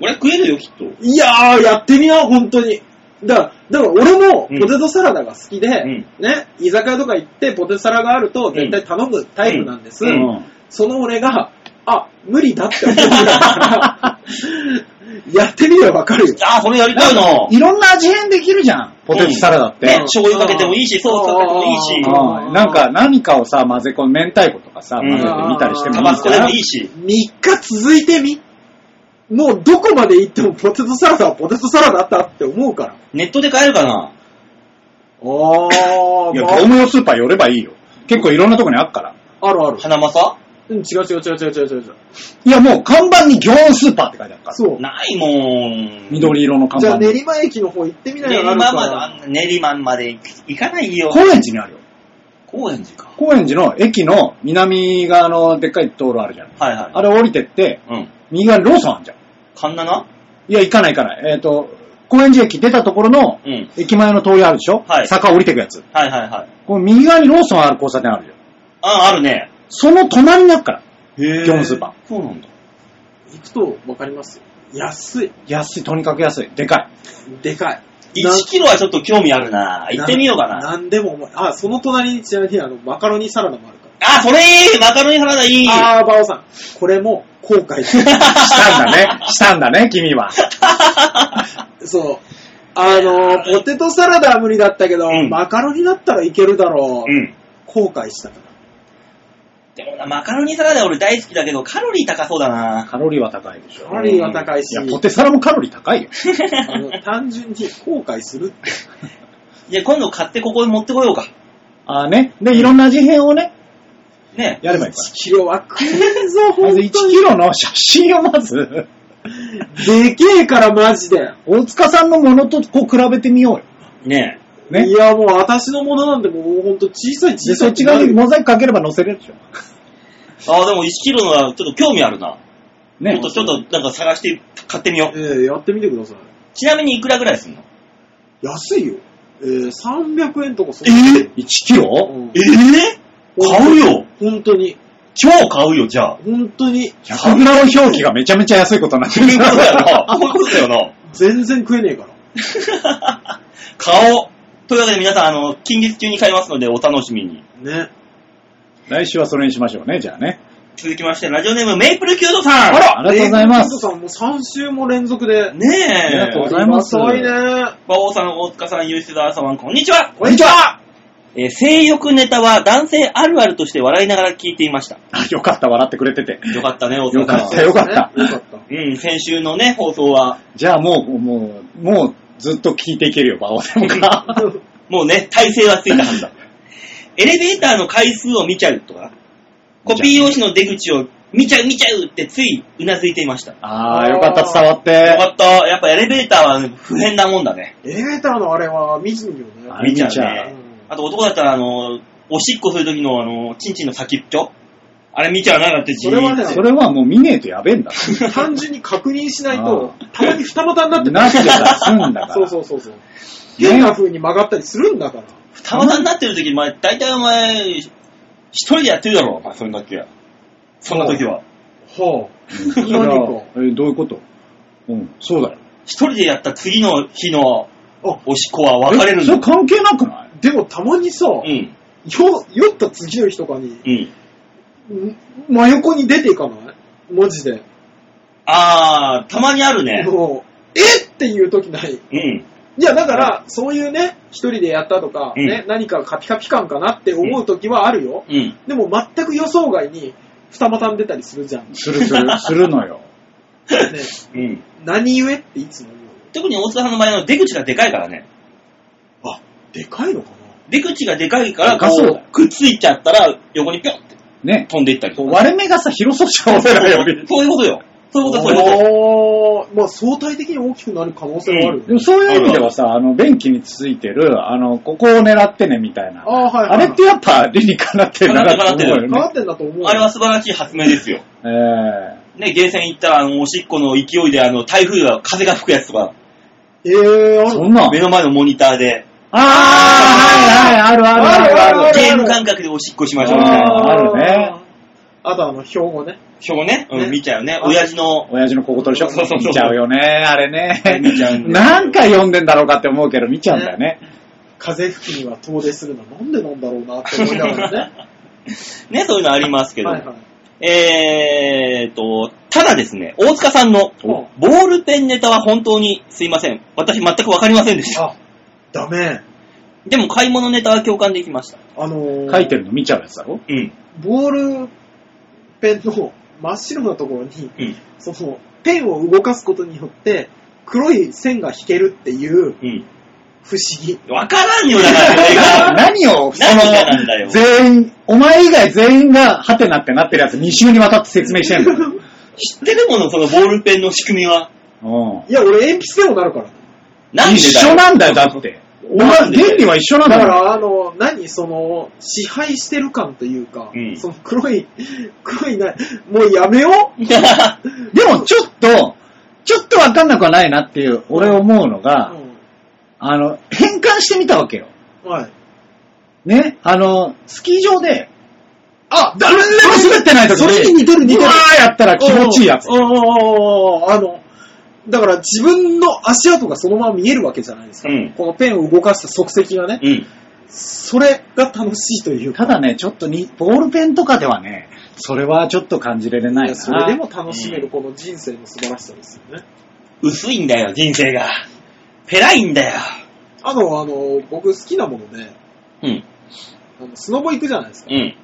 B: 俺は食えるよ、きっと。
C: いやー、やってみな、本当に。だから、だから俺も
B: うん
C: ポテトサラダが好きで、
B: ん
C: ね、居酒屋とか行ってポテトサラダがあると絶対頼むタイプなんです。
B: う
D: うん。
C: その俺が、あ、無理だって思ってたから、やってみればわかるよ。
B: ああ、それやりたいな。
D: いろんな味変できるじゃん。ポテトサラダって。
B: ね、醤油かけてもいいし、ソースかけてもいいし、
C: あー
D: うんなんか、何かをさ、混ぜ込む、明太子とかさ、
B: うん
D: 混ぜてみたりしてもい
B: タ
D: い
B: バスコ
D: か
B: で
D: ら
B: もいいし。
C: 3日続いてみ。もうどこまで行ってもポテトサラダはポテトサラダだって思うから。
B: ネットで買えるかな
C: あ
D: いや、業務用スーパー寄ればいいよ。結構いろんなとこにあっから。
C: あるある。
B: 花正
C: うん、違う違う違う違う違う違う。
D: いや、もう看板に業務スーパーって書いてあるから。
C: そう。
B: ないもん。
D: 緑色の看
C: じゃ
D: 板
C: あ
D: に。
C: 練馬駅の方行ってみない
B: 練
C: よあ
B: 馬
C: る
B: ま
C: か
B: で
C: ら
B: あん、練馬まで行かないよ。
D: 高円寺にあるよ。
B: 高円寺か。
D: 高円寺の駅の南側のでっかい道路あるじゃん。
B: はいはい。
D: あれ降りてって、
B: うん。
D: 右側にローソンあるじゃん。
B: 神奈
D: いや、行かない行かない。えっ、と、高円寺駅出たところの、
B: うん。
D: 駅前の通りあるでしょ、
B: はい
D: 坂降りてくやつ。
B: はいはいはい。
D: この右側にローソンある交差点あるじゃん。
B: あ、あるね。
D: その隣にあるから、
A: へ
D: 業務スーパ
B: そうなんだ。
C: 行くとわかりますよ。安い。
D: ー。安い、とにかく安い。でかい。
C: でかい。
B: 1キロはちょっと興味あるな。行ってみようかな。
C: なんでも重い。あ、その隣にちなみにあの、マカロニサラダもあるから。
B: あ、それいいマカロニサラダいい
C: あー、バオさん。これも後悔してる。
D: したんだ ね。したんだね、君は。
C: そう。あのー、ポテトサラダは無理だったけど、
B: うん
C: マカロニだったらいけるだろう。
B: うん。
C: 後悔したから。
B: でもな、マカロニサラダ俺大好きだけど、カロリー高そうだな。
D: カロリーは高いでしょ。
C: カロリーは高いし、
D: いや、ポテサラもカロリー高いよ。
C: あの単純に後悔するって。
B: じゃあ今度買ってここに持ってこようか。
D: ああね。で、いろんな味変をね、
B: ね。
D: やればいいか
C: 1キロは食えんぞ、
D: ら。ま
C: ほん
D: ず
C: と
D: 1
C: に。
D: キロの写真をまず、
C: でけえから、マジで。
D: 大塚さんのものとこう比べてみようよ。
B: ね
D: ね
C: いや、もう私のものなんてもうほんと小さい小
D: で、
C: さ
D: そ
C: い
D: っち側にモザイクかければ載せれるでしょ。
B: あ、でも1キロのはちょっと興味あるな。ちょ
D: ね
B: っ。と、ちょっとなんか探して買ってみよう。
C: ええやってみてください。
B: ちなみにいくらぐらいすんの
C: 安いよ。えー、300円とかそ
D: 1キロ
C: うん
B: ええ買うよ
C: 本当に、
B: 超買うよ、じゃあ。
C: 本当に、
D: ?100 グラム表記がめちゃめちゃ安いことになって
B: そういう
D: る
B: ことだよな。 そういうことだよな。
C: 全然食えねえから。
B: 買おう。というわけで皆さん、あの、近日中に買いますので、お楽しみに。
C: ね。
D: 来週はそれにしましょうね、じゃあね。
B: 続きまして、ラジオネーム、メイプルキュードさん。
D: ありがとうござ
C: レイ
D: います。
C: ブンキッドさんも3週も連続で。
B: ねえ。
D: ありがとうございます
C: ありがたいね。
B: 馬王さん、大塚さん、ユーシザーさん、こんにちは。
D: こんにちは
B: えー性欲ネタは男性あるあるとして笑いながら聞いていました。
D: あよかった、笑ってくれてて。
B: よかったね、大
D: よ
B: 塚さん。
D: かった、よかった。
C: ねよかった。
B: うん、先週のね、放送は、
D: じゃあもう、もう、もうずっと聞いていけるよ、馬王でもか。
B: もうね、体勢はついたはずだ。エレベーターの回数を見ちゃうとか、コピー用紙の出口を見ちゃう見ちゃうってついうなずいていました。よ
D: あー、よかった、伝わって。
B: かった。やっぱエレベーターは不変なもんだね。
C: エレベーターのあれは見ずによね。
D: あ
B: 見ちゃう
D: 見ちゃ
C: う
B: ね
C: ん。
B: あと男だったら、あの、おしっこする時の、あの、チンチンの先っちょあれ見ちゃうな、だって
C: それはね
D: それはもう見ねえとやべえんだ。
C: 単純に確認しないと
D: あ、
C: たまに二股になって
D: なってたら済んだから。
C: そうそうそうそう。変な風に曲がったりするんだから。
B: たまたになってる時、まあ、大体お前、一人でやってるだろ、お前、そんな時は。そんな時は。
C: ほう。
D: それ
C: 何
D: は
C: こ
D: えどういうことうん、そうだよ。
B: 一人でやった次の日の
C: あ
B: おしっこは分かれる
D: えそれ
B: の。
D: 関係なくない
C: でもたまにさ、
B: う
C: よ、
B: ん、
C: 酔った次の日とかに、
B: うん。
C: ん真横に出ていかないマジで。
B: あー、たまにあるね。
C: もう、えっていう時ない。い
B: うん。
C: や、だから、そういうね、一人でやったとか、
B: うん
C: ね、何かカピカピ感かなって思う時はあるよ。
B: うん。
C: でも全く予想外に、二股に出たりするじゃん。ね、
D: するする、するのよ。
B: うん。
C: 何故っていつも言う。
B: 特に大塚さんの場合の出口がでかいからね。
C: あ、でかいのかな
B: 出口がでかいから、
D: でかそうだ
B: こ
D: よ
B: う、くっついちゃったら、横にぴょんって
D: ね。
B: 飛んでいったり
D: ことう
B: か。
D: 割れ目がさ、広そうじゃん、俺らより。
B: そういうことよ。そういうこと、そういうこと。
C: あーまあ相対的に大きくなる可能性はあるよね
D: でもそういう意味ではさ、あの、便器についてる、あの、ここを狙ってね、みたいな。
C: あーはいはい
D: あれってやっぱ理にかなってるなと思う
C: 変
D: よ
C: わ
D: ね
C: ってんだと思うよ。
B: あれは素晴らしい発明ですよ。。
D: え
B: ね、ゲーセン行ったら、あの、おしっこの勢いで、あの、台風が、風が吹くやつとか、
C: えー、あ
D: え
C: る
D: そんなん
B: 目の前のモニターで、
D: ああ、はいはい、あるあるあるあ
C: ある
D: る。
B: ゲーム感覚でおしっこしましょうみたいな。
D: あーあるね。
C: あとあの、標語ね。
B: しょうがね、う
C: ね
B: ん、見ちゃうね。
C: あ
B: 親父の、
D: 親父のこことでしょ
B: そうそうそう
D: 見ちゃうよね、あれね。
B: 見ちゃうんだよ
D: 何回読んでんだろうかって思うけど、見ちゃうんだよね。
C: 風吹きには遠出するのなんでなんだろうなって思いながらね。
B: ね、そういうのありますけど。
C: はいはい。
B: えーっと、ただですね、大塚さんの
C: お
B: ボールペンネタは本当にすいません。私全くわかりませんでした。
C: あ、ダメ。
B: でも買い物ネタは共感できました。
C: あのー、
D: 書いてるの見ちゃうやつだろ
B: うん。
C: ボールペンの真っ白なところに、
B: うん。
C: その、ペンを動かすことによって、黒い線が引けるっていう
B: うん。
C: 不思議。
B: わからんよ、だからそれが。
D: 何を、そ
B: 何がなんだよ
D: の、全員、お前以外全員がハテナってなってるやつ2週にわたって説明してん
B: 知
D: の。
B: ってるもの、そのボールペンの仕組みは。
D: う
C: い
D: ん。
C: や、俺鉛筆でもなるから。
B: なんで
D: 一
B: だ
D: 緒
B: よ
D: なんだよ、だ って。お前、
B: なんでだよ
D: 原理は一緒なん
C: だ
D: だ
C: か
D: よ。
C: ら、あの、何、その、支配してる感というか、
B: うん
C: その 黒い、黒いな、もうやめよう
D: でも、ちょっと、ちょっとわかんなくはないなっていう、俺思うのが、
C: う
D: あの、変換してみたわけよ。
C: ん。はい。
D: ね、あの、スキー場で、
C: あ、だ
D: 誰も滑ってない時に、
E: それに似てる似てる
D: うわーやったら気持ちいいやつ。
C: おーおーおーおーあの、だから自分の足跡がそのまま見えるわけじゃないですか。
B: うん
C: このペンを動かした足跡がね、
B: うん。
C: それが楽しいというか。
D: ただね、ちょっとに、ボールペンとかではね、それはちょっと感じれれ
C: い
D: ないな。
C: やそれでも楽しめるこの人生の素晴らしさですよね。
B: 薄いんだよ、人生が。ペラいんだよ。
C: あの、あの、僕好きなもので、
B: うん。
C: あのスノボ行くじゃないですか。
B: うん。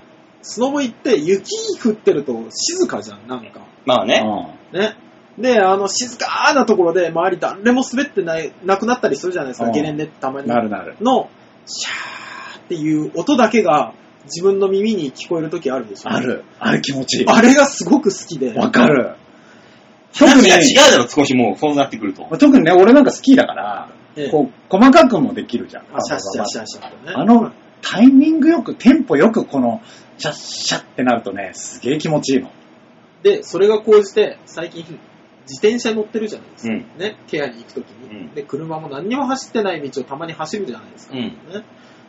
C: スノボ行って雪降ってると静かじゃん、なんか。
B: まあね。
C: ね。で、あの、静かなところで周り誰も滑ってない、なくなったりするじゃないです
D: う
C: か、
D: ん
C: ゲレンデってたま
D: うん。
C: に。
D: なるなる。
C: の、シャーっていう音だけが自分の耳に聞こえるときあるでしょ。
D: あ。る。あれ気持ちいい。
C: あれがすごく好きで。
D: わかる。特
B: 話
D: に
B: が、違うだろ、少しもう、そうなってくると。
D: 特にね、俺なんか好きだから、
C: ええ
D: こう、細かくもできるじゃん。
C: あシャッシャッシャッシャッとね。
D: あの、タイミングよく、テンポよく、この、シャッシャッってなるとね、すげえ気持ちいいの。
C: で、それがこうして、最近、自転車に乗ってるじゃないですか。
B: うん
C: ね、ケアに行くときに、
B: うん
C: で、車も何にも走ってない道をたまに走るじゃないですか。
B: うん。
C: ね。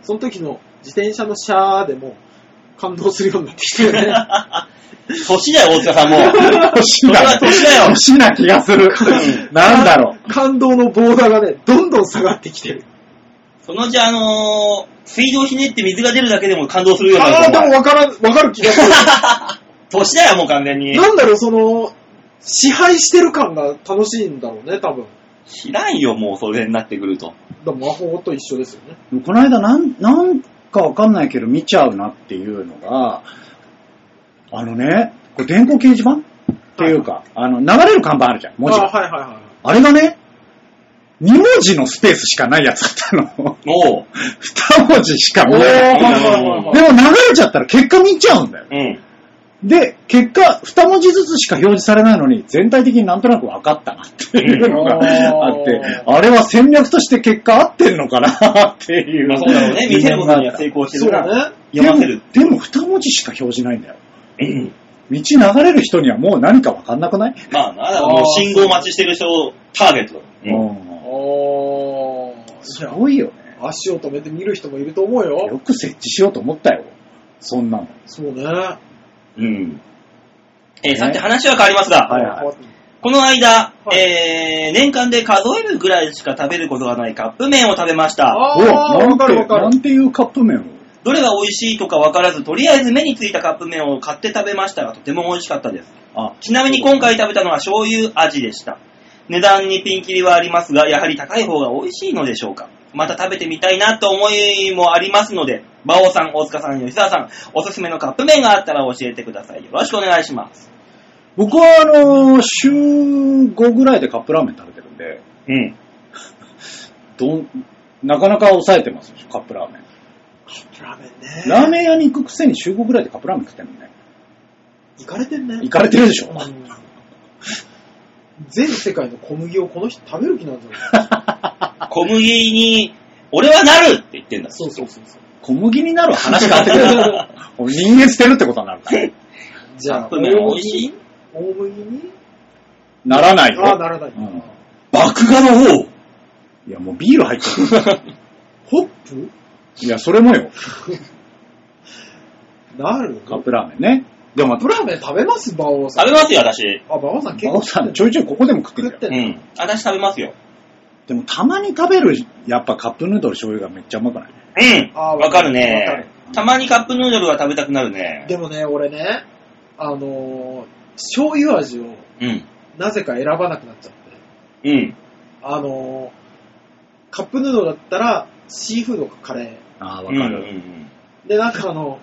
C: その時の自転車のシャーでも、感動するようになってきてるね。
B: 年だよ、大塚さんもう。
D: 年
B: それは年だよ
D: 欲しいな気がする。 なんだろう。
C: 感動のボーダーがね、どんどん下がってきてる。
B: そのうち、あのー、水道ひねって水が出るだけでも感動するようにな
C: あ
B: る
C: あ、
B: と
C: で
B: 思
C: も
B: う。
C: わからん、わかる気が する。
B: 年だよ、もう完全に。
C: なんだろう、その、支配してる感が楽しいんだろうね、多分。
B: 知らんよ、もう、それになってくると。
C: でも魔法と一緒ですよね。
D: この間なん、なんかわかんないけど見ちゃうなっていうのが、あのね、これ電光掲示板っていうか、あの、流れる看板あるじゃん、文字
C: あ
D: が。
C: はいはいはい。
D: あれがね、2文字のスペースしかないやつだったの。
B: おう。
D: 2文字しか見え
B: おー
D: ない。
B: はい
D: でも流れちゃったら結果見ちゃうんだよ。
B: うん。
D: で、結果、2文字ずつしか表示されないのに、全体的になんとなく分かったなっていうのが
C: うん
D: あって、あれは戦略として結果合ってるのかなっていう。
B: まあ、そうだろうね。見せることには成功して
C: そう
B: るから。
C: ね。
B: 読ませる。
D: でも、でも二文字しか表示ないんだよ。
B: うん。
D: 道流れる人にはもう何か分かんなくない、
B: まあな、だからもう信号待ちしてる人をターゲットだ。うん。
D: うん
C: おー。じ
D: す
C: ゃ
D: ごいよね。
C: あ、足を止めて見る人もいると思うよ
D: よ。く設置しようと思ったよ。そんなの。
C: そうね。
B: うん。えーさて話は変わりますが、
D: はいはい
B: この間、
C: はい
B: えー、年間で数えるぐらいしか食べることがないカップ麺を食べました。
C: ああ、
D: な
C: わ
D: ん
C: か
D: て、
C: るわか
D: な
C: る。
D: んていうカップ麺を。
B: どれが美味しいとかわからず、とりあえず目についたカップ麺を買って食べましたが、とても美味しかったです。
D: あ、
B: ちなみに今回食べたのは醤油味でした。値段にピンキリはありますが、やはり高い方が美味しいのでしょうか。また食べてみたいなと思いもありますので、馬王さん、大塚さん、吉沢さん、おすすめのカップ麺があったら教えてください。よろしくお願いします。
D: 僕はあのー週5ぐらいでカップラーメン食べてるんで、
B: うん。
D: どん、なかなか抑えてますでしょ、カップラーメン。
C: ラーメンね。
D: ラーメン屋に行くくせに週5ぐらいでカップラーメン食ってるのね。
C: 行かれてんね。
D: 行かれてるでしょ。
C: うん全世界の小麦をこの人食べる気なんじゃない
B: 小麦に、俺はなるって言ってんだ。
C: そうそうそうそう。
D: 小麦になる話変わってくる。人間捨てるってことになるから。
C: じゃ
B: カッ
C: あ、
B: プ麺美味しい
C: 大麦に
D: ならないよ。
C: ああ、ならない。
D: うん
B: 爆画の王
D: いや、もうビール入ってる。
C: ホップ
D: いや、それもよ。
C: なる
D: カップラーメンね。でも、
C: カップラーメン食べます馬王さ
B: 食
C: ん。
B: べますよ、私。
C: あ、馬王さん結
D: バオ
C: 構
D: さん、ち
C: ょ
D: ょいちょいここでも食ってんだ
C: 食っ
D: よ。
C: て
B: うんん。私食べますよ。
D: でも、たまに食べる、やっぱカップヌードル醤油がめっちゃうまくない
B: うん。
C: あ
B: わか
C: ー
B: る
C: わかる
B: ね。たまにカップヌードルは食べたくなるね。
C: でもね、俺ね、あのー醤油味を
B: うん。
C: なぜか選ばなくなっちゃって。
B: うん。
C: あのーカップヌードルだったら、シーフードかカレ
D: ああ、
B: うんうん
C: ー。で、なんかあの、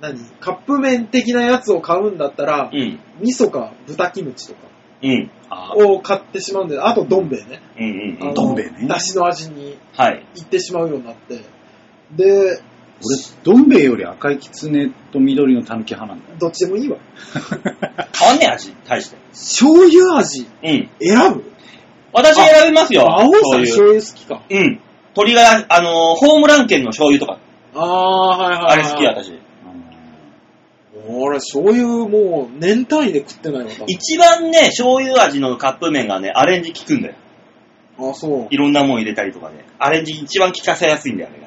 C: 何カップ麺的なやつを買うんだったら
B: うん。、うん。
C: 味噌か豚キムチとか
B: うん。
D: あー
C: を買ってしまうんで、あとどん兵衛ね。
B: うんうん
C: あ
B: うん。
D: どん兵衛ね
C: だしの味に
B: はい。
C: 行ってしまうようになって。で、
D: 俺、どん兵衛より赤いキツネと緑のタヌキ派なんだよ。
C: どっちでもいいわ。
B: 変わんねえ味、大して。
C: 醤油味
B: うん。
C: 選ぶ
B: 私選びますよ。
C: 青
B: そ
C: さん
B: ういう
C: 醤油好きか。
B: うん。鶏が、あのー、ホームラン県の醤油とか、
C: ああ、
B: あ
C: はい
B: れ好きや、。私。
D: うん
C: お俺、そういう、もう、年単位で食ってないわ、多
B: 一番ね、醤油味のカップ麺がね、アレンジ効くんだよ。
C: 分。あ、そう。
B: いろんなもん入れたりとかで。アレンジ一番効かせやすいんだよ、あれ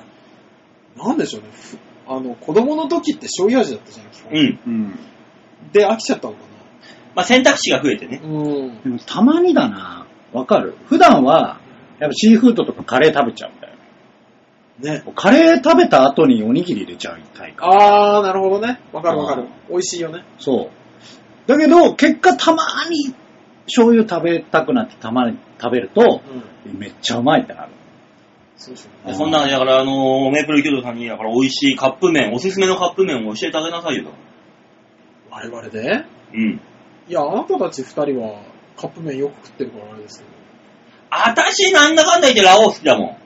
B: が。
C: なんでしょうね。ふあの、子供の時って醤油味だったじゃん、基本。
B: うん。
D: うん。
C: で、飽きちゃったのか
B: まあ、選択肢が増えてね。
C: な。うん。
D: でもたまにだな。わかる。普段は、やっぱシーフードとかカレー食べちゃうんだよ。
C: ね。
D: カレー食べた後におにぎり入れちゃう一回か。
C: あー、なるほどね。わかるわかる。美味しいよね。
D: そう。だけど、結果たまに醤油食べたくなってたまに食べると、
C: うん。
D: めっちゃうまいってなる。
C: そうそう。
D: うん
B: そんな、だから、あのーメープルキュートさんに、だから美味しいカップ麺、おすすめのカップ麺を教えてあげなさいよと。
C: 我々で
B: うん。
C: いや、あなたたち二人は、カップ麺よく食ってるからあれですけど。
B: あたし、なんだかんだ言ってラオウ好きだもん。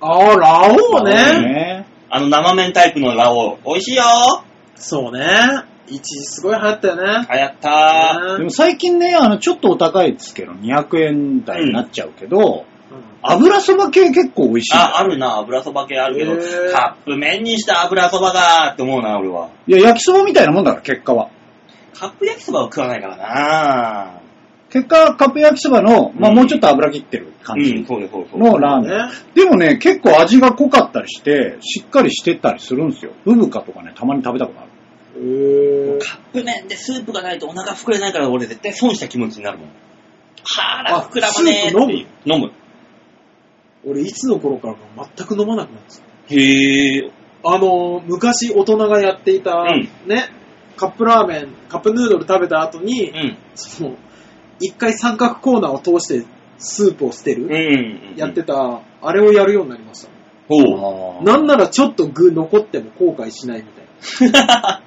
C: あー、ラオウね。
D: ね。
B: あの、生麺タイプのラオウ。美味しいよ
C: そうね。一時すごい流行ったよね。
B: 流行った
D: でも最近ね、あの、ちょっとお高いですけど、200円台になっちゃうけど、油そば系結構美味しい。
B: あ、あるな、油そば系あるけど
C: へー、
B: カップ麺にした油そばだーって思うな、俺は。
D: いや、焼きそばみたいなもんだから、結果は。
B: カップ焼きそばは食わないからな
D: 結果、カップ焼きそばの、まあ、
B: うん
D: もうちょっと油切ってる
B: う
D: 感
B: ん、
D: じ
B: そうです、そうですそうです。
D: のラーメン。でもね、結構味が濃かったりして、しっかりしてたりするんですよ。ブブカとかね、たまに食べたことある。
C: えー。
B: カップ麺でスープがないとお腹膨れないから俺絶対損した気持ちになるもん。腹膨らまねえ。
C: あスープ飲
B: む飲む。
C: 俺、いつの頃からか全く飲まなくなった。
B: へえ。
C: あの、昔大人がやっていた、
B: ん
C: ね、カップラーメン、カップヌードル食べた後に、
B: うん。
C: その、一回三角コーナーを通してスープを捨てる、
B: うん。
C: やってた、あれをやるようになりました。
B: ほう。
C: なんならちょっと具残っても後悔しないみたいな。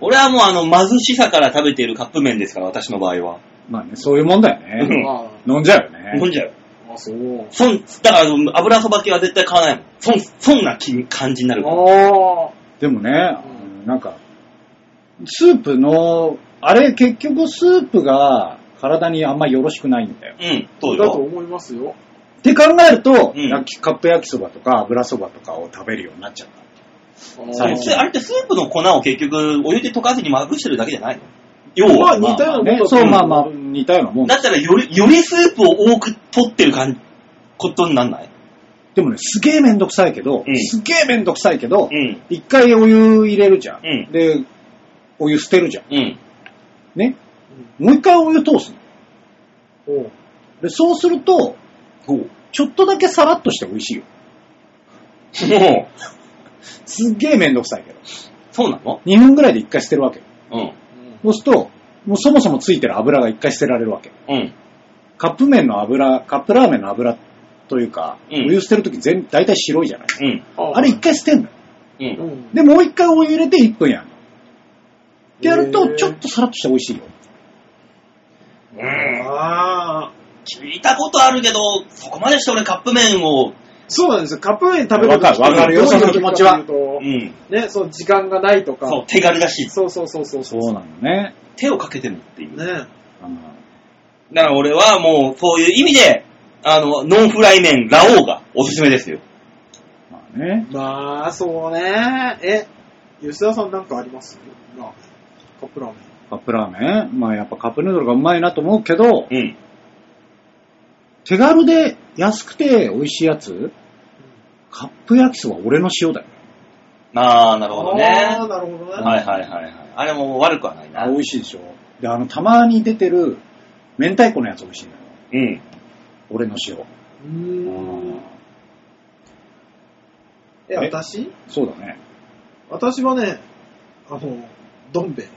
B: 俺はもうあの貧しさから食べているカップ麺ですから、私の場合は。
D: まあね、そういうもんだよね。
B: うん
C: あ
D: 飲んじゃうよ
B: 飲ん
D: ね。
B: じゃう。
C: あ、あそう。
B: 損、だから油そば系は絶対買わないもん。損、損な気感じになるから。
C: ああ、
D: でもね、
C: う
D: なんか、スープの、あれ結局スープが体にあんまよろしくないんだよ。
B: うん、そう
C: だと
B: よ。
C: 思いますよ。
D: って考えると、
B: うん
D: 焼きカップ焼きそばとか油そばとかを食べるようになっちゃった。
B: あれ
D: 最
B: っ
D: 近
B: てあれってスープの粉を結局お湯で溶かずにまぶしてるだけじゃないの要
C: まあ
B: は。
C: 似たようなもんだ
D: ね
C: と思う
D: そう、まあまあ、似たようなもんだ
B: だったらより、よりスープを多く取ってる感じ、ことになんない
D: でもね、すげえめんどくさいけど、
B: うん
D: すげえめんどくさいけど
B: う、ん。
D: 一、回お湯入れるじゃん,、
B: うん
D: で、お湯捨てるじゃん。
B: うん。
D: ね。もう一回お湯通すの。
C: おう
D: で、そうすると、
B: ほう。
D: ちょっとだけさらっとして美味しいよ。
B: もう、
D: すっげえめんどくさいけど。
B: そうなの
D: 2分ぐらいで一回捨てるわけ。
B: うん。
D: そうすると、もうそもそもついてる油が一回捨てられるわけ。
B: うん。
D: カップ麺の油、カップラーメンの油というか、
B: うん
D: お湯捨てるとき全、大体白いじゃない。
B: うん。
D: あれ一、回捨てんのよ。
B: うん
C: う。ん、
D: で、もう一回お湯入れて1分やんの。ってやる
C: へ
D: と、
C: ー
D: ちょっとさらっとして美味しいよ。
B: うん。
C: ああ、
B: 聞いたことあるけど、そこまでして俺カップ麺を、。
C: そうなんですよ。カップ麺食べる
D: わかるわかるよ
C: どういう
D: その気持ちは
C: 時かといううんとね、そう、時間がないとか。
B: そう、手軽だし、
C: そうそうそうそう
D: そうなのね。
B: 手をかけてもっていう。
C: ね。
D: うん
B: だから俺はもう、そういう意味で、あの、ノンフライ麺、ラオウがおすすめですよ。
D: まあね。
C: まあ、そうね。え、吉田さんなんかありますなカップラーメン。
D: カップラーメンまあやっぱカップヌードルがうまいなと思うけど、
B: うん。
D: 手軽で安くて美味しいやつカップ焼きそば俺の塩だよ。
B: まあ、なるほどね。
C: ああ、なるほどね。
B: はいはいはいはい。あれも悪くはないな。
D: 美味しいでしょ。で、あの、たまに出てる明太子のやつ美味しいのよ。
B: うん。
D: 俺の塩。
C: うーん。え、
D: え
C: 私
D: そうだね。
C: 私はね、あの、どん兵衛。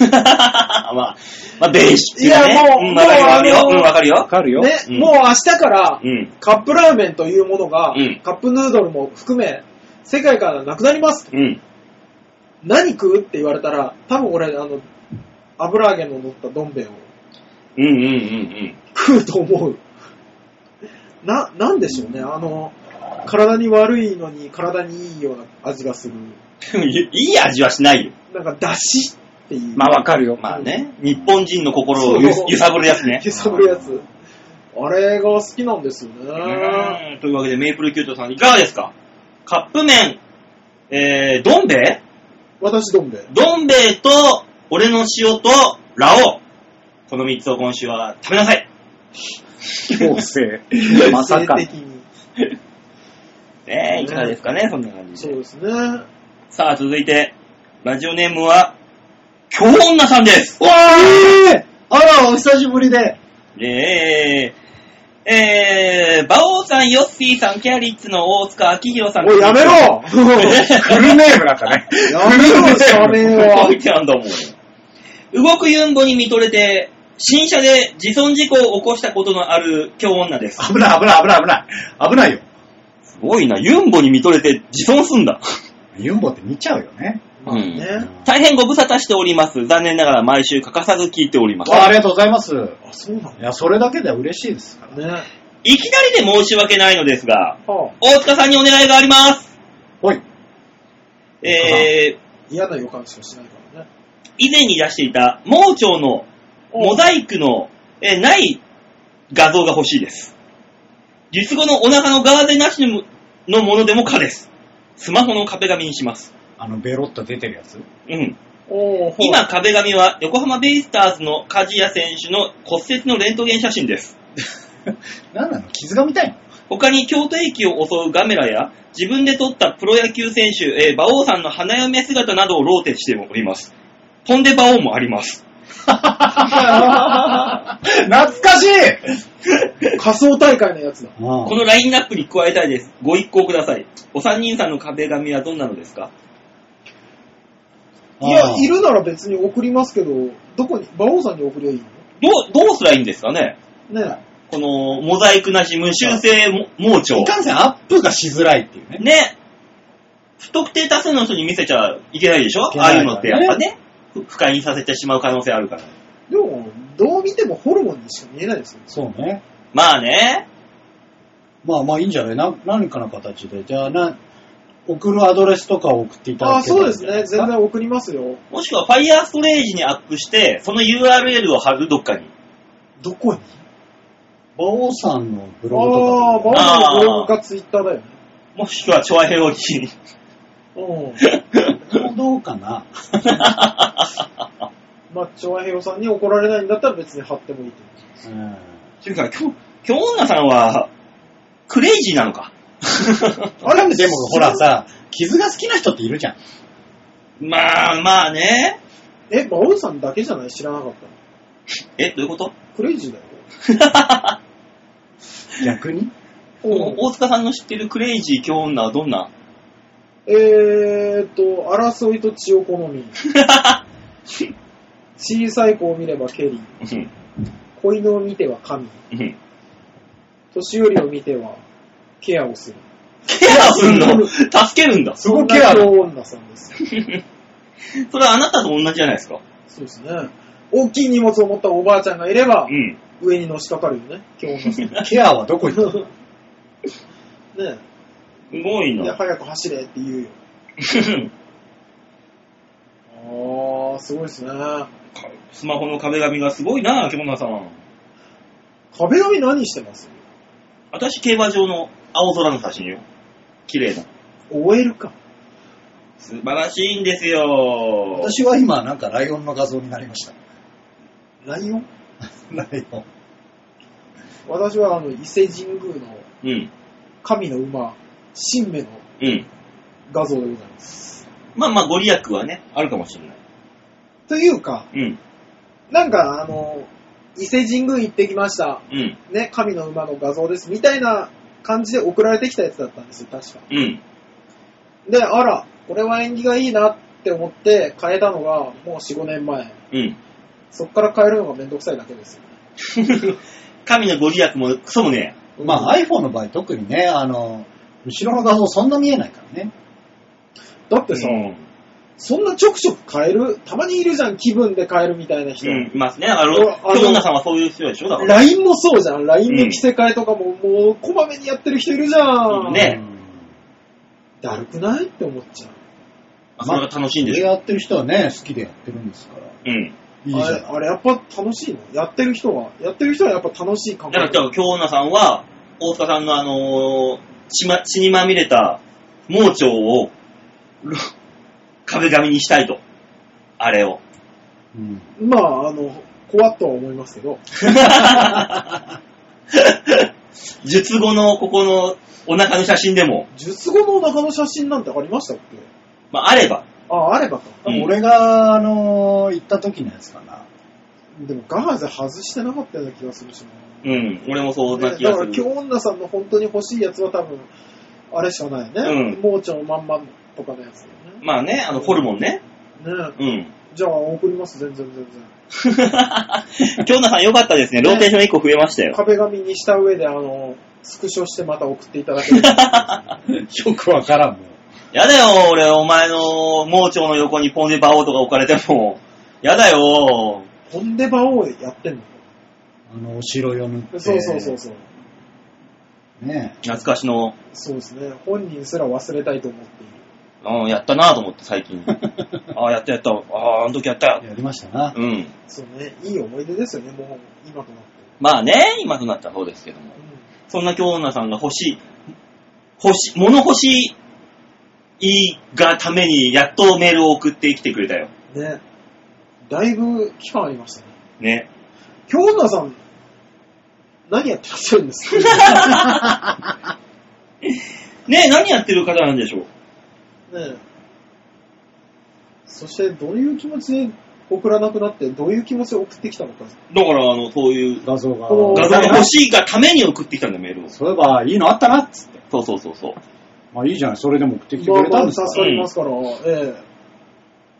B: まあ、まあ、ベーシック
C: い
B: ね。
C: やもうん
B: わかるよ、わかるよう
C: もうあの。ー
B: ん、わかるよ
D: わ。かるよ。
C: ね、
B: うん
C: もう明日から
B: うん。
C: カップラーメンというものが、
B: うん
C: カップヌードルも含め、世界からなくなります。
B: うん。
C: 何食うって言われたら、多分俺、あの、油揚げの乗ったどん兵衛を
B: うんうんうん
C: 食うと思う。 な、なんでしょうね、あの、体に悪いのに体にいいような味がする。
B: うん。 いい味はしないよ。
C: なんか、だしっていう。
D: まあわかるよ。
B: まあね、日本人の心をゆ
C: そう
B: 揺さぶるやつね。
C: 揺さぶるやつ。あれが好きなんですよね。
B: うーんというわけで、メイプルキュートさんいかがですかカップ麺、えー、どん兵衛
C: 私どん兵衛。
B: どん兵衛と、俺の塩と、ラオウ。この3つを今週は食べなさい。
F: 強 制。 まさか
C: 性。的に。
B: ねえ、いかがですかね、そんな感じ
C: そう
B: で。
C: ですね。あ
B: さあ、続いて、ラジオネームは、京女さんです。
F: え
C: ら、お久しぶりで。
B: えー、えー、馬王さん、ヨッシーさん、キャリッツの大塚明宏さん。
F: おい、や め ろフルネームなんかね。
C: やめろ、それ
B: 書
C: は。
B: いてあんだもん。動くユンボに見とれて、新車で自損事故を起こしたことのある京女です。
D: 危ない危ない危ない危ない。危ないよ。
B: すごいな、ユンボに見とれて自損すんだ。
D: ユンボって見ちゃうよね。
B: うん
C: ね。
B: 大変ご無沙汰しております。残念ながら毎週欠かさず聞いております。
D: わあありがとうございます。
C: あ、そうなん
D: いや、それだけで嬉しいですから。
C: だね。
B: いきなりで申し訳ないのですが、
C: はあ、
B: 大塚さんにお願いがあります。
D: おい。
B: えー、
C: 嫌な予感しかしないからね。
B: 以前に出していた盲腸のモザイクの、えーない画像が欲しいです。術後のお腹のガーゼなしののものでも可です。スマホの壁紙にします。
D: あの、ベロッと出てるやつ。
B: うん。
C: おー、ほら
B: 今、壁紙は横浜ベイスターズの梶谷選手の骨折のレントゲン写真です。
D: なんなの傷が見たいの
B: 他に京都駅を襲うガメラや、自分で撮ったプロ野球選手、えー馬王さんの花嫁姿などをローテしております。飛んで馬王もあります。
D: 懐かしい
C: 仮想大会のやつだ。
B: このラインナップに加えたいです。ご一行ください。お三人さんの壁紙はどんなのですか
C: いや
D: あ、ー
C: いるなら別に送りますけど、どこに、馬王さんに送りゃいい
B: どう、どうすりゃいいんですかね
C: のね
B: この、モザイクなし無修正も盲腸。
D: いかんせんアップがしづらいっていうね。
B: ね。不特定多数の人に見せちゃいけないでしょ
D: いけ
B: あ
D: ない
B: あいうのってやっぱね、ふ不快にさせてしまう可能性あるから。
C: でも、どう見てもホルモンにしか見えないですよ。
D: そうね。
B: まあね。
D: まあまあいいんじゃないな何かの形で。じゃあな、送るアドレスとかを送っていただけ
C: あ、そうですね。全
D: 然。
C: 然送りますよ。
B: もしくは、ファイアーストレージにアップして、その URL を貼るどっかに。
C: どこに
D: 馬王さんのブ
C: あ
D: ログと
C: あー、馬王
D: かで。
C: さんのブログかツイッターだよね。
B: もしくは、チョアヘオに。
C: うん。
D: どうかな
C: マッチョアヘヨさんに怒られないんだったら別に貼ってもいいと
D: うん。
B: ていうか、今日、今日女さんは、クレイジーなのか。
D: あれでもほらさ、傷が好きな人っているじゃん。
B: まあまあね。
C: え、馬王さんだけじゃない知らなかったの。
B: え、どういうこと
C: クレイジーだよ。
D: 逆に
B: お大塚さんの知ってるクレイジー今日女はどんな
C: えーっと、争いと血を好 み。小さい子を見ればケリー。
B: うん
C: 子犬を見ては神。
B: うん
C: 年寄りを見てはケアをする。
B: ケアすんの助けるんだ。
D: すごいケアだ
C: そんな女さんです。
B: それはあなたと同じじゃないですか。
C: そうですね。大きい荷物を持ったおばあちゃんがいれば
B: う、ん。
C: 上にのしかかるよね。今日 女
D: ケアはどこ行った
C: さん。ね
B: すごい
C: え。いや、
B: な。
C: 早く走れって言うよ。ああ、すごいですね。
B: スマホの壁紙がすごいな、獣さん。
C: 壁紙何してます
B: 私、競馬場の青空の写真よ。綺麗な。
C: ?OL か。
B: 素晴らしいんですよ。
D: 私は今なんかライオンの画像になりました。
C: ライオン
D: ライオン。
C: 私はあの、伊勢神宮の
B: うん。
C: 神の馬、神明の
B: うん。
C: 画像でございます。
B: まあまあ、ご利益はね、あるかもしれない。
C: というか、
B: うん。
C: なんかあの、伊勢神宮行ってきました。
B: うん。
C: ね、神の馬の画像です。みたいな感じで送られてきたやつだったんですよ、確か。
B: うん。
C: で、あら、これは縁起がいいなって思って変えたのが、もう4、5年前。
B: うん。
C: そっから変えるのがめんどくさいだけですよ。
B: 神のご利益もクソもね
D: まあ iPhone の場合特にね、あの、後ろの画像そんな見えないからね。
C: だっ
B: え。
C: てさ、
B: ん。
C: そんなちょくちょく変えるたまにいるじゃん、気分で変えるみたいな人。
B: うん、いますね。だから、
C: うわあの
B: 今日女さんはそういう人でしょだから。
C: LINE もそうじゃん。LINE の着せ替えとかも、もう、こまめにやってる人いるじゃん。
B: ね
C: だるくないって思っちゃう。
B: あそれが楽しいん
D: うん。
B: で
D: で
B: しょ。
D: やってる人はね、好きでやってるんですから。
B: うん。
D: いいじゃ
C: あれ、
D: ん。
C: あれやっぱ楽しいのやってる人は、やってる人はやっぱ楽しい感
B: だから
C: 覚。
B: 今日今日女さんは、大塚さんのあのー血ま、血にまみれた盲腸を、ろ 壁紙にしたいと。あれを。
D: うん。
C: まあ、あの、怖っとは思いますけど。
B: 術後のここのお腹の写真でも、
C: 術後のお腹の写真なんてありましたっけ
B: まあ、あれば、
C: あ、あればか。
A: 多分俺が、あのー行った時のやつかな。
C: でもガーゼ外してなかったような気がするしな。
B: うん、俺もそんな
C: ね
B: 気が
C: だ
B: す
C: か
B: る。
C: ら、京女さんの本当に欲しいやつは多分、あれしかないね。
B: うん
C: 盲腸まんまんとかのやつだよね。
B: まあね、あの、ホルモンね。
C: ね
B: うん。
C: じゃあ、送ります、全然全然。
B: 今日のさん良かったですね。ローテーション1個増えましたよ。
C: 壁紙にした上で、あの、スクショしてまた送っていた だける。
A: よくわからんもん。
B: やだよ、俺、お前の盲腸の横にポンデバオとか置かれても。やだよ。
C: ホンデバオーやってんの
A: あの、お城読むって。
C: そうそうそうそう。
A: ね
B: 懐かしの、
C: そうですね。本人すら忘れたいと思っている。
B: うん、やったなと思って、最近。ああ、やったやった。ああ、あの時やったよ。
A: やりましたな。
B: うん。
C: そうね。いい思い出ですよね、もう、今となって。
B: まあね、今となったらそうですけども
C: う。ん
B: そんな京女さんが欲しい、欲し、物欲しいがために、やっとメールを送ってきてくれたよ。
C: ね。だいぶ期間ありましたね。
B: ね。
C: 京女さん、何やってらっしゃるんですか
B: ね何やってる方なんでしょう
C: ねえそして、どういう気持ちで送らなくなって、どういう気持ちで送ってきたのか。
B: だから、あの、そういう
A: 画像が。
C: おー
B: 画像が欲しいがために送ってきたんだ、メールを。
A: そういえば、いいのあったなっつって。
B: そうそうそうそう。
A: まあいいじゃない、それでも送ってきてくれたんです
C: まあま
A: か
C: あ助かりますから、え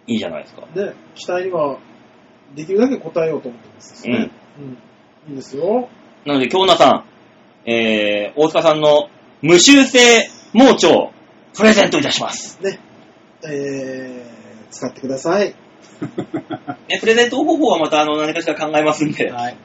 B: いいじゃないですか。
C: えね、期待には、できるだけ応えようと思ってます。
B: うん。
C: うん。いいですよ。
B: なので、京奈さん、えー、大塚さんの無修正盲腸、プレゼントいたします。
C: ね。えー、使ってください。
B: ね、プレゼント方法はまた、あの、何かしら考えますん で。
A: はい。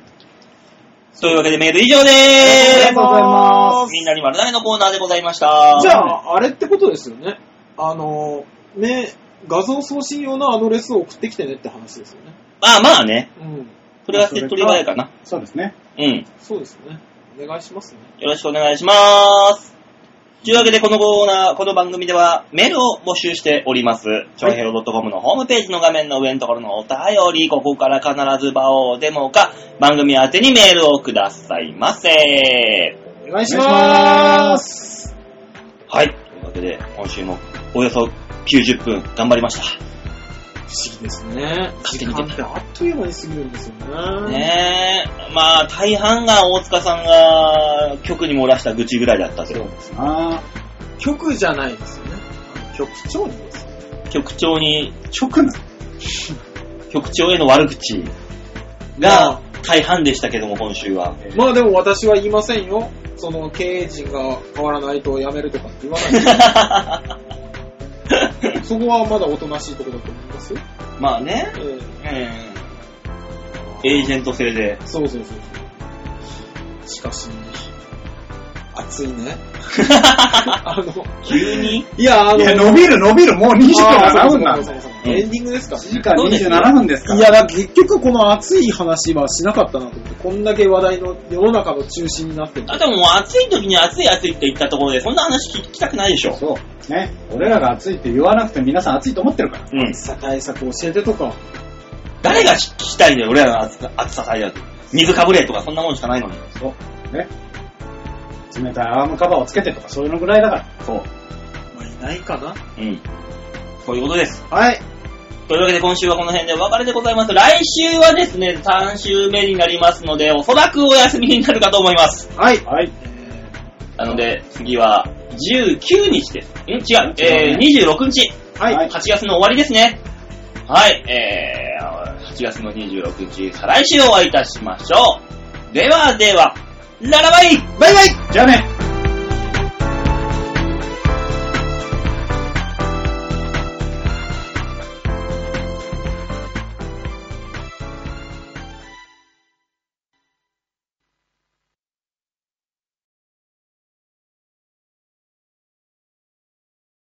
B: というわけで、メール以上で
C: ありがとうござい
B: ー
C: ます
B: す。みんなに丸投げのコーナーでございました。
C: じゃあ、あれってことですよね。あの、ね、画像送信用のアドレスを送ってきてねって話ですよね。
B: まあまあね。
C: うん。
B: それは手っ取り早いかな。
D: そうですね。
B: うん。
C: そうですね。お願いしますね。
B: よろしくお願いしまーす。というわけで、このコーナー、この番組ではメールを募集しております。ちょいへろ .com のホームページの画面の上のところのお便り、ここから必ず場をデモか、番組宛てにメールをくださいませ。は
C: お願いし
D: お願
C: ま。
D: いします
B: い。というわけで、今週もおよそ90分頑張りました。
C: 不思議ですね。
B: 勝
C: 時
B: 手に
C: 間ってあっという間に過ぎるんですよね。
B: ねえ、まあ、大半が大塚さんが局に漏らした愚痴ぐらいだったけど、
D: ああ、
C: 局じゃないですよね。局長にですよ。
B: 局長に、
D: 直な。
B: 局長への悪口が大半でしたけども、今週は。
C: まあでも私は言いませんよ。その経営陣が変わらないと辞めるとかって言わない そこはまだおとなしいところだと思いますよ。
B: まあね、
C: ええ
B: うん。エージェント制で。
C: そうそうそうそう。しかし、暑いね。あの、
B: 急に
C: いや、あ
D: い
C: の、
D: や、伸びる伸びる、もう2時
C: あー
D: 間7分なん
C: そ
D: だ
C: う
D: よ。
C: そうそう
B: うん
C: エンディングですか
D: 1時間27分ですか
C: い
D: ら。
C: や、だ結局この暑い話はしなかったなと思って、こんだけ話題の世の中の中心になってる。
B: あともう暑い時に暑い暑いって言ったところで、そんな話聞きたくないでしょ。
D: そう。ね。俺らが暑いって言わなくて皆さん暑いと思ってるから。
B: うん
C: 暑。さ対策教えてとか、
B: 誰が聞きたいんだよ、俺らの暑さ暑さ対策。水かぶれとかそんなもんしかないのに。
D: そう。ね。冷たいアームカバーをつけてとかそういうのぐらいだから。
B: そう。
C: まあ、いないかな。
B: うん。そういうことです。
C: はい。
B: というわけで今週はこの辺でお別れでございます。来週はですね、3週目になりますので、おそらくお休みになるかと思います。
C: はい。
D: はい。
C: え
B: なので、次は19日です。ん違う、えー、26日。
C: ーはい。
D: はい
B: 8月の終わりですね。はい、えー、8月の26日、再来週お会いいたしましょう。ではでは、ララバイ
D: バイバイじゃあね